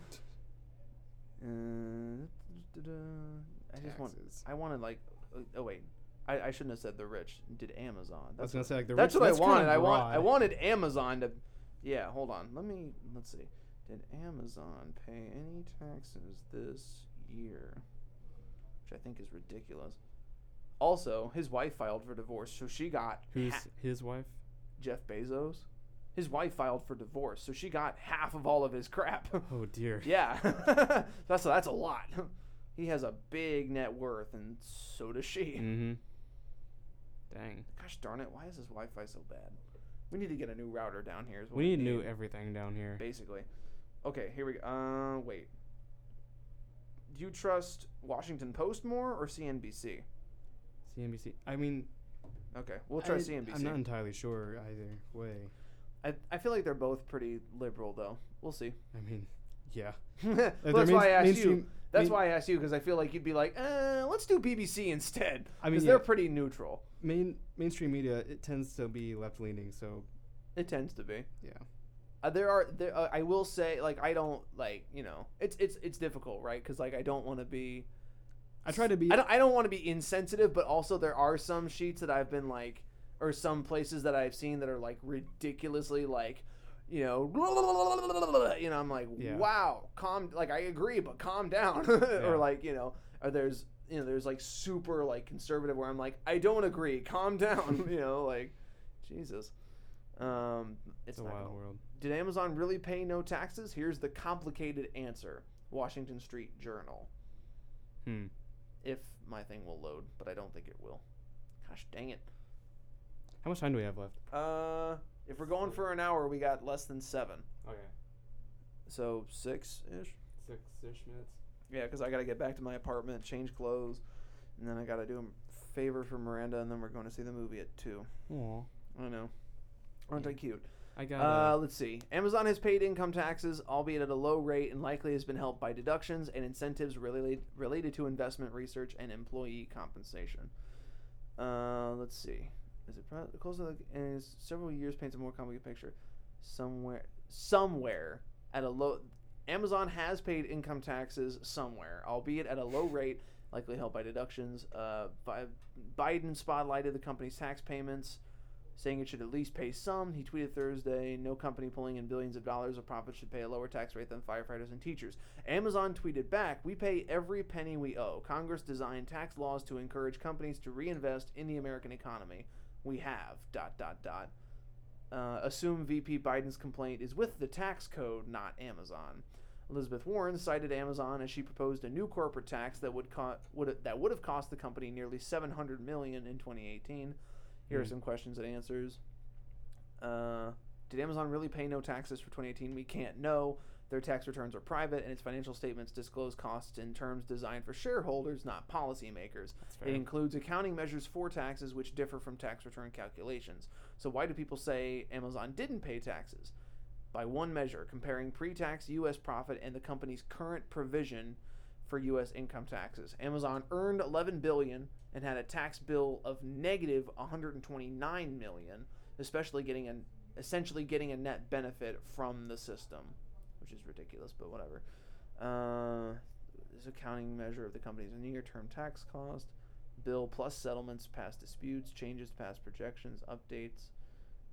[SPEAKER 1] I just want.
[SPEAKER 2] Taxes.
[SPEAKER 1] I wanted like. uh, Oh wait, I, I shouldn't have said the rich. Did Amazon?
[SPEAKER 2] I was
[SPEAKER 1] That's
[SPEAKER 2] gonna say like the
[SPEAKER 1] that's
[SPEAKER 2] rich.
[SPEAKER 1] what I
[SPEAKER 2] kinda
[SPEAKER 1] wanted. I want. I
[SPEAKER 2] broad.
[SPEAKER 1] wanted Amazon to. Yeah, hold on. Let me. Let's see. Did Amazon pay any taxes this year? Which I think is ridiculous. Also, his wife filed for divorce, so she got
[SPEAKER 2] Who's
[SPEAKER 1] ha-
[SPEAKER 2] his wife?
[SPEAKER 1] Jeff Bezos. His wife filed for divorce, so she got half of all of his crap.
[SPEAKER 2] Oh dear.
[SPEAKER 1] yeah, that's that's a lot. he has a big net worth, and so does she.
[SPEAKER 2] Mm-hmm. Dang.
[SPEAKER 1] Gosh darn it! Why is this Wi-Fi so bad? We need to get a new router down here. is what
[SPEAKER 2] We need new everything down here.
[SPEAKER 1] basically. Okay, here we go. Uh, wait. Do you trust Washington Post more or CNBC?
[SPEAKER 2] CNBC. I mean,
[SPEAKER 1] Okay, we'll try
[SPEAKER 2] I,
[SPEAKER 1] CNBC.
[SPEAKER 2] I'm not entirely sure either way.
[SPEAKER 1] I, I feel like they're both pretty liberal, though. We'll see.
[SPEAKER 2] I mean, yeah.
[SPEAKER 1] Well,
[SPEAKER 2] they're
[SPEAKER 1] that's why I
[SPEAKER 2] mainst-
[SPEAKER 1] asked you.
[SPEAKER 2] mainstream-
[SPEAKER 1] That's
[SPEAKER 2] main-
[SPEAKER 1] why I asked you because I feel like you'd be like, eh, let's do BBC instead.
[SPEAKER 2] I mean,
[SPEAKER 1] because they're
[SPEAKER 2] yeah.
[SPEAKER 1] pretty neutral.
[SPEAKER 2] Main mainstream media it tends to be left leaning, so
[SPEAKER 1] It tends to be.
[SPEAKER 2] yeah.
[SPEAKER 1] Uh, there are there uh, I will say like I don't like you know it's it's it's difficult right because like I don't want to be
[SPEAKER 2] I try to be.
[SPEAKER 1] I don't, I don't want to be insensitive, but also there are some sheets that I've been like, or some places that I've seen that are like ridiculously like, you know, you know, I'm like,
[SPEAKER 2] Yeah.
[SPEAKER 1] wow, calm, like I agree, but calm down,
[SPEAKER 2] Yeah.
[SPEAKER 1] or like you know, or there's you know there's like super like conservative where I'm like I don't agree, calm down, you know, like Jesus, um, it's
[SPEAKER 2] it's a
[SPEAKER 1] not gonna
[SPEAKER 2] wild world.
[SPEAKER 1] did Amazon really pay no taxes? Here's the complicated answer Washington Street Journal.
[SPEAKER 2] Hmm.
[SPEAKER 1] If my thing will load, but I don't think it will. Gosh dang it.
[SPEAKER 2] How much time do we have left?
[SPEAKER 1] Uh, if we're going for an hour, we got less than seven.
[SPEAKER 2] Okay,
[SPEAKER 1] So six ish?
[SPEAKER 2] six-ish minutes.
[SPEAKER 1] Yeah, because I got to get back to my apartment, change clothes, and then I got to do a favor for Miranda, and then we're going to see the movie at two.
[SPEAKER 2] Aw.
[SPEAKER 1] I know. Aren't I cute?
[SPEAKER 2] I got.
[SPEAKER 1] Uh,
[SPEAKER 2] Uh,
[SPEAKER 1] let's see. Amazon has paid income taxes, albeit at a low rate, and likely has been helped by deductions and incentives related related to investment research and employee compensation. Uh, let's see. Is it pro- close to the and is several years paints a more complicated picture. Somewhere, somewhere at a low, Amazon has paid income taxes somewhere, albeit at a low rate, likely held by deductions. Uh, Bi- Biden spotlighted the company's tax payments, saying it should at least pay some. He tweeted Thursday, "No company pulling in billions of dollars of profit should pay a lower tax rate than firefighters and teachers." Amazon tweeted back, "We pay every penny we owe. Congress designed tax laws to encourage companies to reinvest in the American economy. We have dot dot dot." Uh, assume VP Biden's complaint is with the tax code, not Amazon. Elizabeth Warren cited Amazon as she proposed a new corporate tax that would co- would that would have cost the company nearly 700 million in 2018. Here are
[SPEAKER 2] Hmm.
[SPEAKER 1] some questions and answers. Uh, did Amazon really pay no taxes for 2018? We can't know. Their tax returns are private, and its financial statements disclose costs in terms designed for shareholders, not policymakers.
[SPEAKER 2] That's
[SPEAKER 1] It
[SPEAKER 2] fair.
[SPEAKER 1] includes accounting measures for taxes which differ from tax return calculations. So why do people say Amazon didn't pay taxes? By one measure, comparing pre-tax US profit and the company's current provision for US income taxes. Amazon earned 11 billion and had a tax bill of negative 129 million, especially getting an essentially getting a net benefit from the system, which is ridiculous, but whatever. Uh, this accounting measure of the company's near-term tax cost bill plus settlements, past disputes, changes, past projections, updates.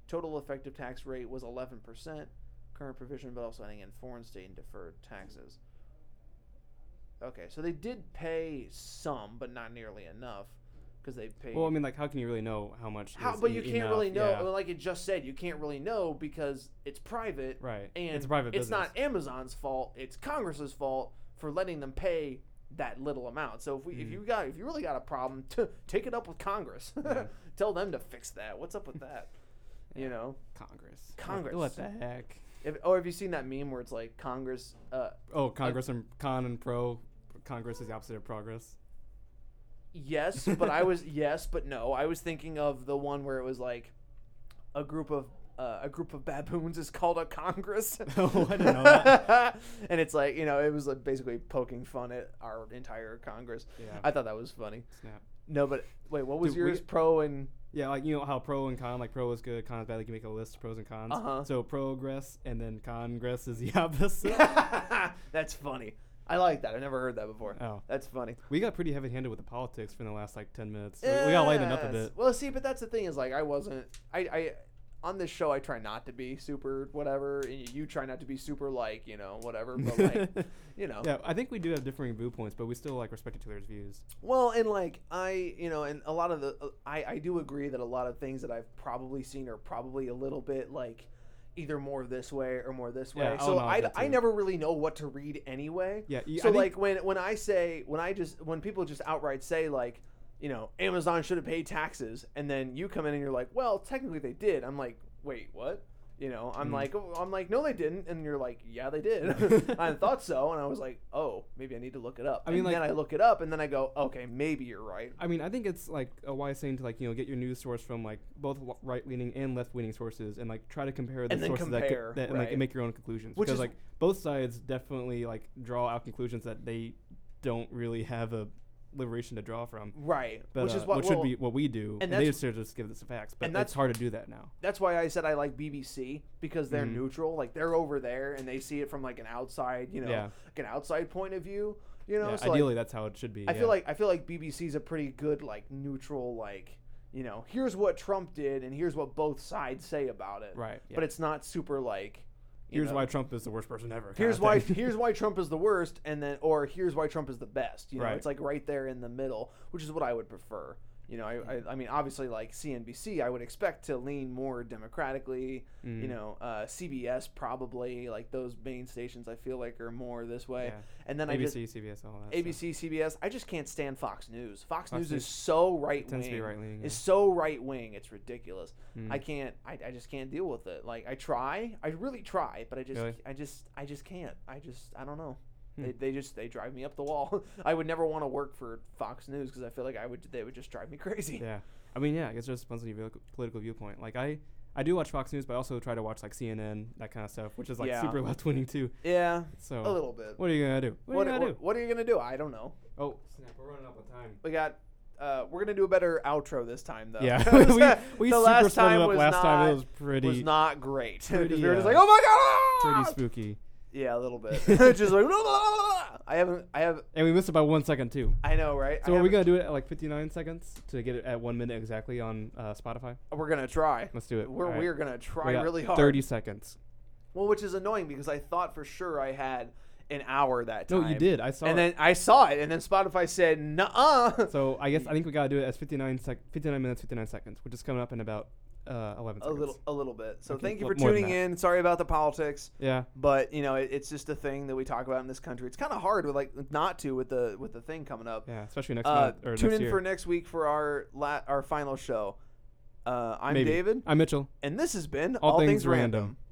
[SPEAKER 1] Total effective tax rate was 11%, current provision, but also adding in foreign state and deferred taxes. Okay, so they did pay some, but not nearly enough because they paid.
[SPEAKER 2] Well, I mean, like, how can you really know how much?
[SPEAKER 1] How,
[SPEAKER 2] is
[SPEAKER 1] but you
[SPEAKER 2] e-
[SPEAKER 1] can't
[SPEAKER 2] enough?
[SPEAKER 1] really know.
[SPEAKER 2] Yeah.
[SPEAKER 1] well, Like it just said, you can't really know because it's private
[SPEAKER 2] Right.
[SPEAKER 1] and
[SPEAKER 2] it's a private
[SPEAKER 1] it's
[SPEAKER 2] business.
[SPEAKER 1] not Amazon's fault. It's Congress's fault for letting them pay that little amount. So if we, if
[SPEAKER 2] Mhm.
[SPEAKER 1] you got, if you really got a problem, take it up with Congress.
[SPEAKER 2] Yeah.
[SPEAKER 1] Tell them to fix that. What's up with that? You
[SPEAKER 2] Yeah.
[SPEAKER 1] know,
[SPEAKER 2] Congress.
[SPEAKER 1] Congress.
[SPEAKER 2] What the heck?
[SPEAKER 1] if, or have you seen that meme where it's like Congress? Uh,
[SPEAKER 2] Oh, Congress and con and pro. Congress is the opposite of progress.
[SPEAKER 1] yes, but I was yes, but no. I was thinking of the one where it was like a group of. Uh, a group of baboons is called a Congress.
[SPEAKER 2] Oh, I didn't know that.
[SPEAKER 1] and it's like you know, it was like basically poking fun at our entire Congress.
[SPEAKER 2] Yeah.
[SPEAKER 1] I thought that was funny.
[SPEAKER 2] Snap.
[SPEAKER 1] No, but wait, what was
[SPEAKER 2] Dude, we-
[SPEAKER 1] yours? pro and
[SPEAKER 2] Yeah, like you know how pro and con, like pro is good, con is bad. Like you make a list of pros and cons.
[SPEAKER 1] Uh-huh.
[SPEAKER 2] So progress and then congress is the opposite.
[SPEAKER 1] that's funny. I like that. I never heard that before.
[SPEAKER 2] oh,
[SPEAKER 1] That's funny.
[SPEAKER 2] we got pretty heavy-handed with the politics for the last like ten minutes. We, we got lightened up a
[SPEAKER 1] Yes.
[SPEAKER 2] bit.
[SPEAKER 1] Well, see, but that's the thing is like I wasn't. I I on this show I try not to be super whatever, and you try not to be super like you know whatever, but like you know.
[SPEAKER 2] yeah, I think we do have differing viewpoints, but we still like respect each other's views.
[SPEAKER 1] Well, and like I, you know, and a lot of the, I, I do agree that a lot of things that I've probably seen are probably a little bit like either more this way or more this way.
[SPEAKER 2] Yeah, I'll
[SPEAKER 1] so
[SPEAKER 2] acknowledge
[SPEAKER 1] I,
[SPEAKER 2] that
[SPEAKER 1] I
[SPEAKER 2] too.
[SPEAKER 1] never really know what to read anyway.
[SPEAKER 2] Yeah, you,
[SPEAKER 1] so
[SPEAKER 2] I think-
[SPEAKER 1] like when when I say when I just when people just outright say like you know Amazon should have paid taxes and then you come in and you're like well technically they did I'm like wait what you know I'm
[SPEAKER 2] Mm.
[SPEAKER 1] like oh, I'm like no they didn't and you're like yeah they did I thought so and I was like oh maybe I need to look it up
[SPEAKER 2] I mean,
[SPEAKER 1] and
[SPEAKER 2] like-
[SPEAKER 1] then I look it up and then I go okay maybe you're right
[SPEAKER 2] I mean, I think it's like a wise thing to like you know get your news source from like both lo- right-leaning and left-leaning sources, and like try to compare the
[SPEAKER 1] And then
[SPEAKER 2] sources
[SPEAKER 1] compare,
[SPEAKER 2] that, c- that and,
[SPEAKER 1] right.
[SPEAKER 2] like make your own conclusions.
[SPEAKER 1] Which
[SPEAKER 2] because
[SPEAKER 1] is-
[SPEAKER 2] like both sides definitely like draw out conclusions that they don't really have a liberation to draw from.
[SPEAKER 1] right
[SPEAKER 2] But,
[SPEAKER 1] which
[SPEAKER 2] uh,
[SPEAKER 1] is what
[SPEAKER 2] which
[SPEAKER 1] well,
[SPEAKER 2] should be what we do.
[SPEAKER 1] and
[SPEAKER 2] And, they
[SPEAKER 1] that's-
[SPEAKER 2] just should just give us the facts. But
[SPEAKER 1] and that's-
[SPEAKER 2] it's hard to do that now.
[SPEAKER 1] that's why I said I like BBC because they're
[SPEAKER 2] Mhm.
[SPEAKER 1] neutral. Like they're over there and they see it from like an outside, you know,
[SPEAKER 2] Yeah.
[SPEAKER 1] like an outside point of view. You know,
[SPEAKER 2] yeah,
[SPEAKER 1] so like,
[SPEAKER 2] ideally, that's how it should be.
[SPEAKER 1] I
[SPEAKER 2] yeah.
[SPEAKER 1] feel like I feel like BBC's a pretty good like neutral like you know here's what Trump did and here's what both sides say about it.
[SPEAKER 2] right. Yeah.
[SPEAKER 1] But it's not super like. you
[SPEAKER 2] here's
[SPEAKER 1] know,
[SPEAKER 2] why Trump is the worst person ever. kinda
[SPEAKER 1] Here's why
[SPEAKER 2] thing.
[SPEAKER 1] here's why Trump is the worst, and then or here's why Trump is the best. You know,
[SPEAKER 2] Right.
[SPEAKER 1] it's like right there in the middle, which is what I would prefer. You know, I, I, I mean, obviously, like CNBC, I would expect to lean more democratically. You
[SPEAKER 2] Mm.
[SPEAKER 1] know, uh, CBS probably like those main stations. I feel like are more this way.
[SPEAKER 2] Yeah.
[SPEAKER 1] And then I just
[SPEAKER 2] ABC, CBS, all that. stuff.
[SPEAKER 1] ABC, CBS. I just can't stand Fox News. Fox,
[SPEAKER 2] Fox
[SPEAKER 1] News,
[SPEAKER 2] News
[SPEAKER 1] is so right
[SPEAKER 2] tends to be
[SPEAKER 1] wing.
[SPEAKER 2] right leaning.
[SPEAKER 1] Is so right wing. It's ridiculous.
[SPEAKER 2] Mm.
[SPEAKER 1] I can't. I, I just can't deal with it. Like I try. I really try, but I just.
[SPEAKER 2] Really?
[SPEAKER 1] I just. I just can't. I just. I don't know.
[SPEAKER 2] Hmm.
[SPEAKER 1] They, they just they drive me up the wall. I would never want to work for Fox News because I feel like I would they would just drive me crazy.
[SPEAKER 2] Yeah, I mean, yeah, I guess it just depends on your view- political viewpoint. Like I, I do watch Fox News, but I also try to watch like CNN, that kind of stuff, which is like
[SPEAKER 1] Yeah.
[SPEAKER 2] super left leaning too.
[SPEAKER 1] Yeah,
[SPEAKER 2] So
[SPEAKER 1] a little bit.
[SPEAKER 2] what are you gonna do? What,
[SPEAKER 1] What
[SPEAKER 2] are you gonna
[SPEAKER 1] what- what are you gonna do? I don't know.
[SPEAKER 2] do? Oh snap! We're running up on time.
[SPEAKER 1] We got Uh, we're gonna do a better outro this time though.
[SPEAKER 2] Yeah,
[SPEAKER 1] 'Cause
[SPEAKER 2] we, we
[SPEAKER 1] the
[SPEAKER 2] super
[SPEAKER 1] last
[SPEAKER 2] split it
[SPEAKER 1] time
[SPEAKER 2] up
[SPEAKER 1] was
[SPEAKER 2] last
[SPEAKER 1] not,
[SPEAKER 2] time. It was
[SPEAKER 1] was
[SPEAKER 2] pretty
[SPEAKER 1] not great. 'Cause
[SPEAKER 2] pretty,
[SPEAKER 1] we were just
[SPEAKER 2] uh,
[SPEAKER 1] like, oh my god,
[SPEAKER 2] pretty spooky,
[SPEAKER 1] yeah, a little bit. just like "Ah!" I haven't, I have,
[SPEAKER 2] and we missed it by one second too.
[SPEAKER 1] I know, right?
[SPEAKER 2] So
[SPEAKER 1] I
[SPEAKER 2] are we
[SPEAKER 1] haven't-
[SPEAKER 2] gonna do it at like 59 seconds to get it at one minute exactly on uh, Spotify?
[SPEAKER 1] We're gonna try.
[SPEAKER 2] Let's do it.
[SPEAKER 1] We're
[SPEAKER 2] All right.
[SPEAKER 1] we're gonna
[SPEAKER 2] We
[SPEAKER 1] try
[SPEAKER 2] got
[SPEAKER 1] really hard.
[SPEAKER 2] 30 seconds.
[SPEAKER 1] Well, which is annoying because I thought for sure I had an hour that time.
[SPEAKER 2] No, you did. I saw.
[SPEAKER 1] And
[SPEAKER 2] it.
[SPEAKER 1] then I saw it, and then Spotify said, "Nuh-uh."
[SPEAKER 2] So I guess I think we gotta do it as 59 sec- 59 minutes 59 seconds, which is coming up in about uh, 11
[SPEAKER 1] a
[SPEAKER 2] seconds.
[SPEAKER 1] little, a little bit. So
[SPEAKER 2] Okay,
[SPEAKER 1] thank you
[SPEAKER 2] well,
[SPEAKER 1] for
[SPEAKER 2] more than
[SPEAKER 1] tuning
[SPEAKER 2] that.
[SPEAKER 1] in. Sorry about the politics,
[SPEAKER 2] Yeah.
[SPEAKER 1] but you know it, it's just a thing that we talk about in this country. It's kind of hard with like not to with the with the thing coming up.
[SPEAKER 2] Yeah. Especially next
[SPEAKER 1] Uh,
[SPEAKER 2] month or
[SPEAKER 1] tune
[SPEAKER 2] next
[SPEAKER 1] in
[SPEAKER 2] year.
[SPEAKER 1] for next week for our la- our final show. Uh, I'm
[SPEAKER 2] Maybe.
[SPEAKER 1] David,
[SPEAKER 2] I'm Mitchell.
[SPEAKER 1] and this has been
[SPEAKER 2] All
[SPEAKER 1] All,
[SPEAKER 2] Things
[SPEAKER 1] Things,
[SPEAKER 2] Random.
[SPEAKER 1] Random.